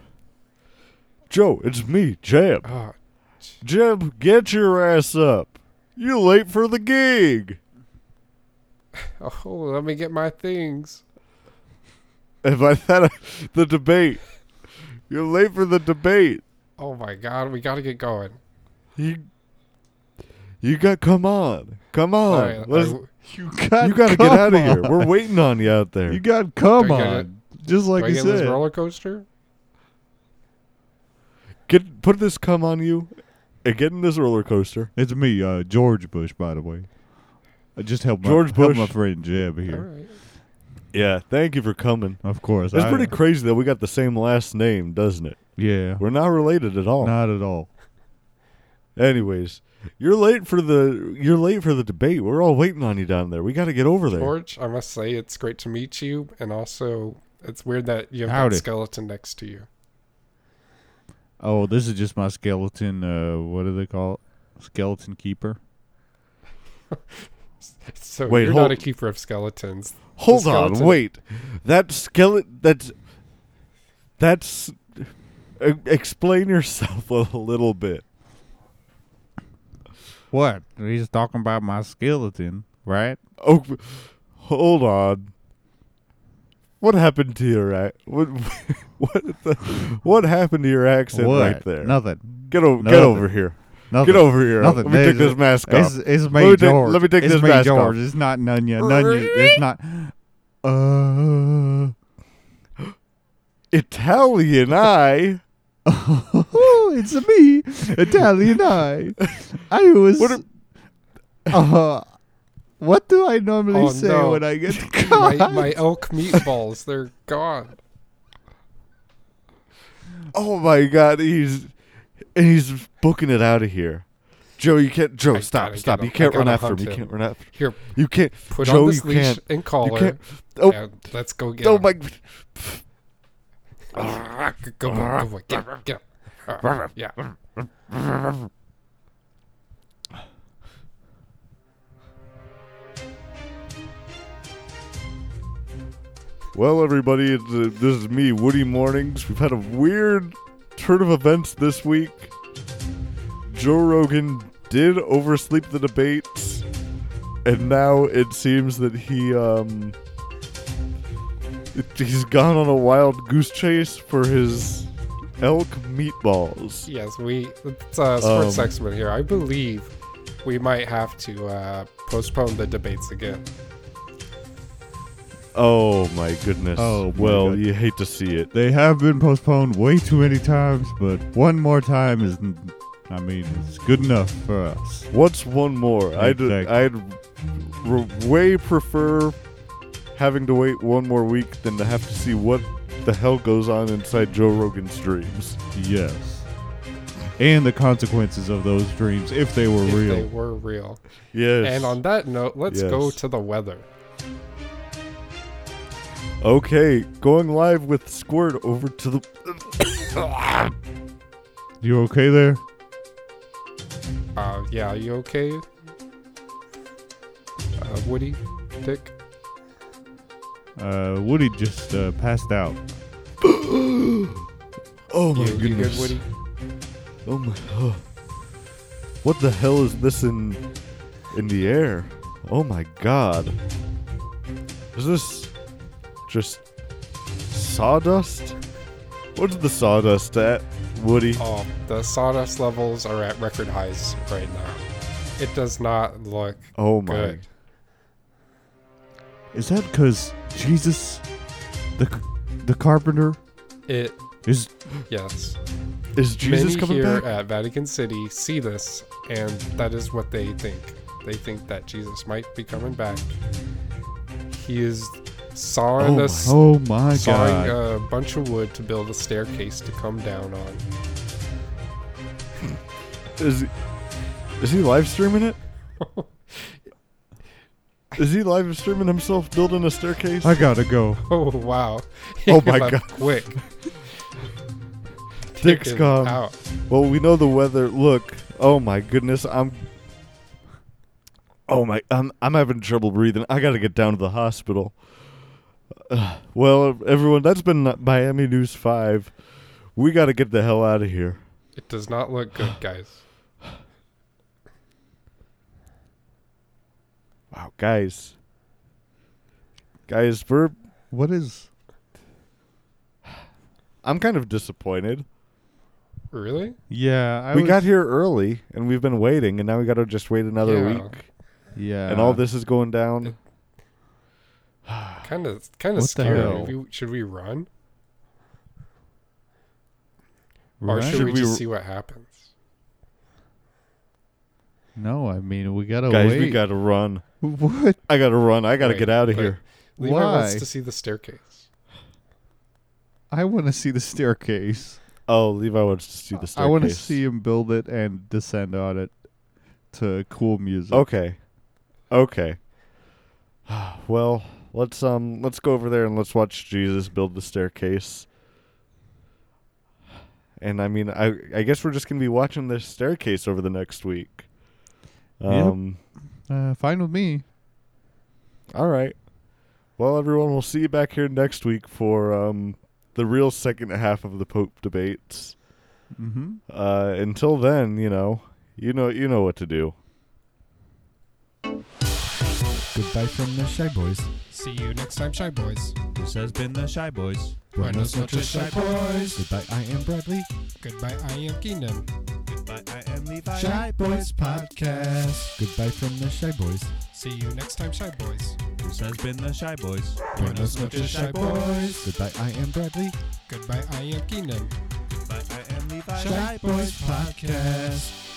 D: Joe, it's me, Jeb.
B: Oh,
D: Jeb, get your ass up. You're late for the gig.
B: oh, let me get my things.
D: If I thought the debate, you're late for the debate.
B: Oh my god, we gotta get going.
D: You, you got come on, come on.
B: Sorry,
D: Oh, Let's,
B: I-
C: You got.
D: you got to get
C: come
D: out of here.
C: on.
D: We're waiting on you out there.
C: You got. Come
B: Do I get
C: on. Just like
B: do I
C: you
B: get this
C: said.
B: roller coaster?
D: get put this come on you, and get in this roller coaster.
C: It's me, uh, George Bush, by the way. I just help my,
D: George
C: help
D: Bush.
C: my friend Jeb here.
B: All right.
D: Yeah, thank you for coming.
C: Of course.
D: It's
C: I-
D: pretty crazy that we got the same last name, doesn't it?
C: Yeah.
D: We're not related at all.
C: Not at all.
D: Anyways, you're late for the you're late for the debate. We're all waiting on you down there. We got to get over there.
B: George, I must say it's great to meet you, and also it's weird that you have
C: Howdy.
B: that skeleton next to you.
C: Oh, this is just my skeleton. Uh, what do they call it? Skeleton keeper.
B: So
D: Wait,
B: you're
D: hold-
B: not a keeper of skeletons.
D: Hold
B: The
D: on,
B: skeleton-
D: wait. That skeleton. That's that's. e- explain yourself a little bit.
C: What? He's talking about my skeleton, right?
D: Oh, hold on. What happened to your ac- what what the, what happened to your accent
C: what?
D: right there?
C: Nothing.
D: Get over get
C: Nothing.
D: over here.
C: Nothing.
D: Get over here.
C: Nothing.
D: Let me take
C: There's-
D: this mask off.
C: It's, it's
D: Let
C: me,
D: me take-
C: George.
D: let me take
C: it's
D: this
C: me,
D: mask
C: George.
D: off.
C: It's not Nunya. Nunya. It's not. Uh.
D: Italian I.
C: it's me, Italian I. I was.
D: What are-
C: uh, What do I normally
B: Oh,
C: say
B: no.
C: when I get
B: my,
C: caught?
B: my elk meatballs, they're gone.
D: Oh my god, he's and he's booking it out of here. Joe, you can't. Joe,
B: I
D: stop,
B: gotta
D: stop.
B: get
D: You
B: him. I
D: can't
B: gotta
D: run after him.
B: hunt
D: You
B: him.
D: can't run after.
B: Here,
D: You can't.
B: put
D: Joe,
B: on this
D: you
B: leash
D: can't.
B: and collar.
D: You can't. Oh,
B: and let's go get
D: oh
B: him.
D: my.
B: Go, go, go, go, get him, get him. Uh, Yeah.
D: Well, everybody, it's, uh, this is me, Woody Mornings. We've had a weird turn of events this week. Joe Rogan did oversleep the debates, and now it seems that he um he's gone on a wild goose chase for his elk meatballs.
B: Yes, we. It's uh, sports
D: Um,
B: X-Men here. I believe we might have to uh, postpone the debates again.
D: Oh my goodness!
C: Oh, my
D: well,
C: God.
D: you hate to see it.
C: they have been postponed way too many times, but one more time is, n- I mean, it's good enough for us.
D: What's one more? I'd
C: Exactly.
D: I'd r- way prefer having to wait one more week than to have to see what the hell goes on inside Joe Rogan's dreams.
C: Yes. And the consequences of those dreams, if they were
B: If
C: real.
B: they were real.
D: Yes.
B: And on that note, let's go
D: Yes.
B: to the weather.
D: okay, going live with Squirt over to the.
C: You okay there?
B: Uh, yeah, you okay? Uh, Woody, Dick.
C: Uh, Woody just uh, passed out.
D: Oh my
B: You, you good,
D: goodness!
B: Woody?
D: Oh my. oh. What the hell is this in in the air? Oh my god. Is this just sawdust? What's the sawdust at, Woody?
B: Oh, the sawdust levels are at record highs right now. It does not look
D: Oh my.
B: good.
C: Is that because Jesus, the c- the carpenter,
B: It
C: is?
B: yes.
D: Is Jesus
B: Many
D: coming
B: here
D: back?
B: at Vatican City see this, and that is what they think. They think that Jesus might be coming back. He is sawing
D: Oh
B: a
D: my-
B: s-
C: Oh my
B: sawing
C: God!
B: a bunch of wood to build a staircase to come down on.
D: Is he, is he live streaming it? is he live streaming himself building a staircase?
C: I gotta go.
B: Oh wow!
D: Oh my
B: Left
D: God.
B: Quick,
D: Dick's
B: Dick is
D: gone.
B: out.
D: Well, we know the weather. Look, oh my goodness, I'm. Oh my, I'm I'm having trouble breathing. I got to get down to the hospital. Uh, well, everyone, that's been Miami News Five. We got to get the hell out of here.
B: It does not look good, guys.
D: Wow, guys, guys, we're
C: What is?
D: I'm kind of disappointed.
B: Really?
C: Yeah, I
D: we
C: was-
D: got here early, and we've been waiting, and now we got to just wait another
B: Yeah.
D: week,
C: Yeah,
D: and all this is going down.
B: Kind of, kind of
C: What the
B: scary.
C: hell?
B: Maybe we- should we run, or
C: Right?
B: should,
D: Should
B: we
D: we
B: just
D: r-
B: see what happens?
C: No, I mean we gotta
D: Guys,
C: wait.
D: we got to run.
C: what?
D: I got to run. I got to
B: Wait,
D: get out of
B: wait.
D: here.
B: Levi wants
C: Why?
B: to see the staircase.
C: I want to see the staircase.
D: Oh, Levi wants to see the staircase.
C: I want to see him build it and descend on it to cool music.
D: Okay, okay. Well, let's um, let's go over there and let's watch Jesus build the staircase. And I mean, I I guess we're just gonna be watching this staircase over the next week.
C: Yep.
D: Um.
C: Uh, fine with me.
D: All right. Well, everyone, we'll see you back here next week for um the real second half of the Pope debates.
C: Mm-hmm.
D: Uh, until then, you know, you know, you know what to do.
I: Goodbye from the Shy Boys.
B: See you next time, shy boys.
J: This has been the Shy Boys.
I: Buenos noches, Shy Boys. Goodbye, I am Bradley.
B: Goodbye, I am Kingdom.
J: Goodbye, I am Levi.
I: Shy Boys Podcast. Goodbye from the Shy Boys.
B: See you next time, shy boys.
J: This has been the Shy Boys.
I: Buenos noches, Shy Boys. Goodbye, I am Bradley.
B: Goodbye, I am Kingdom.
J: Goodbye, I am Levi.
I: Shy Boys Podcast.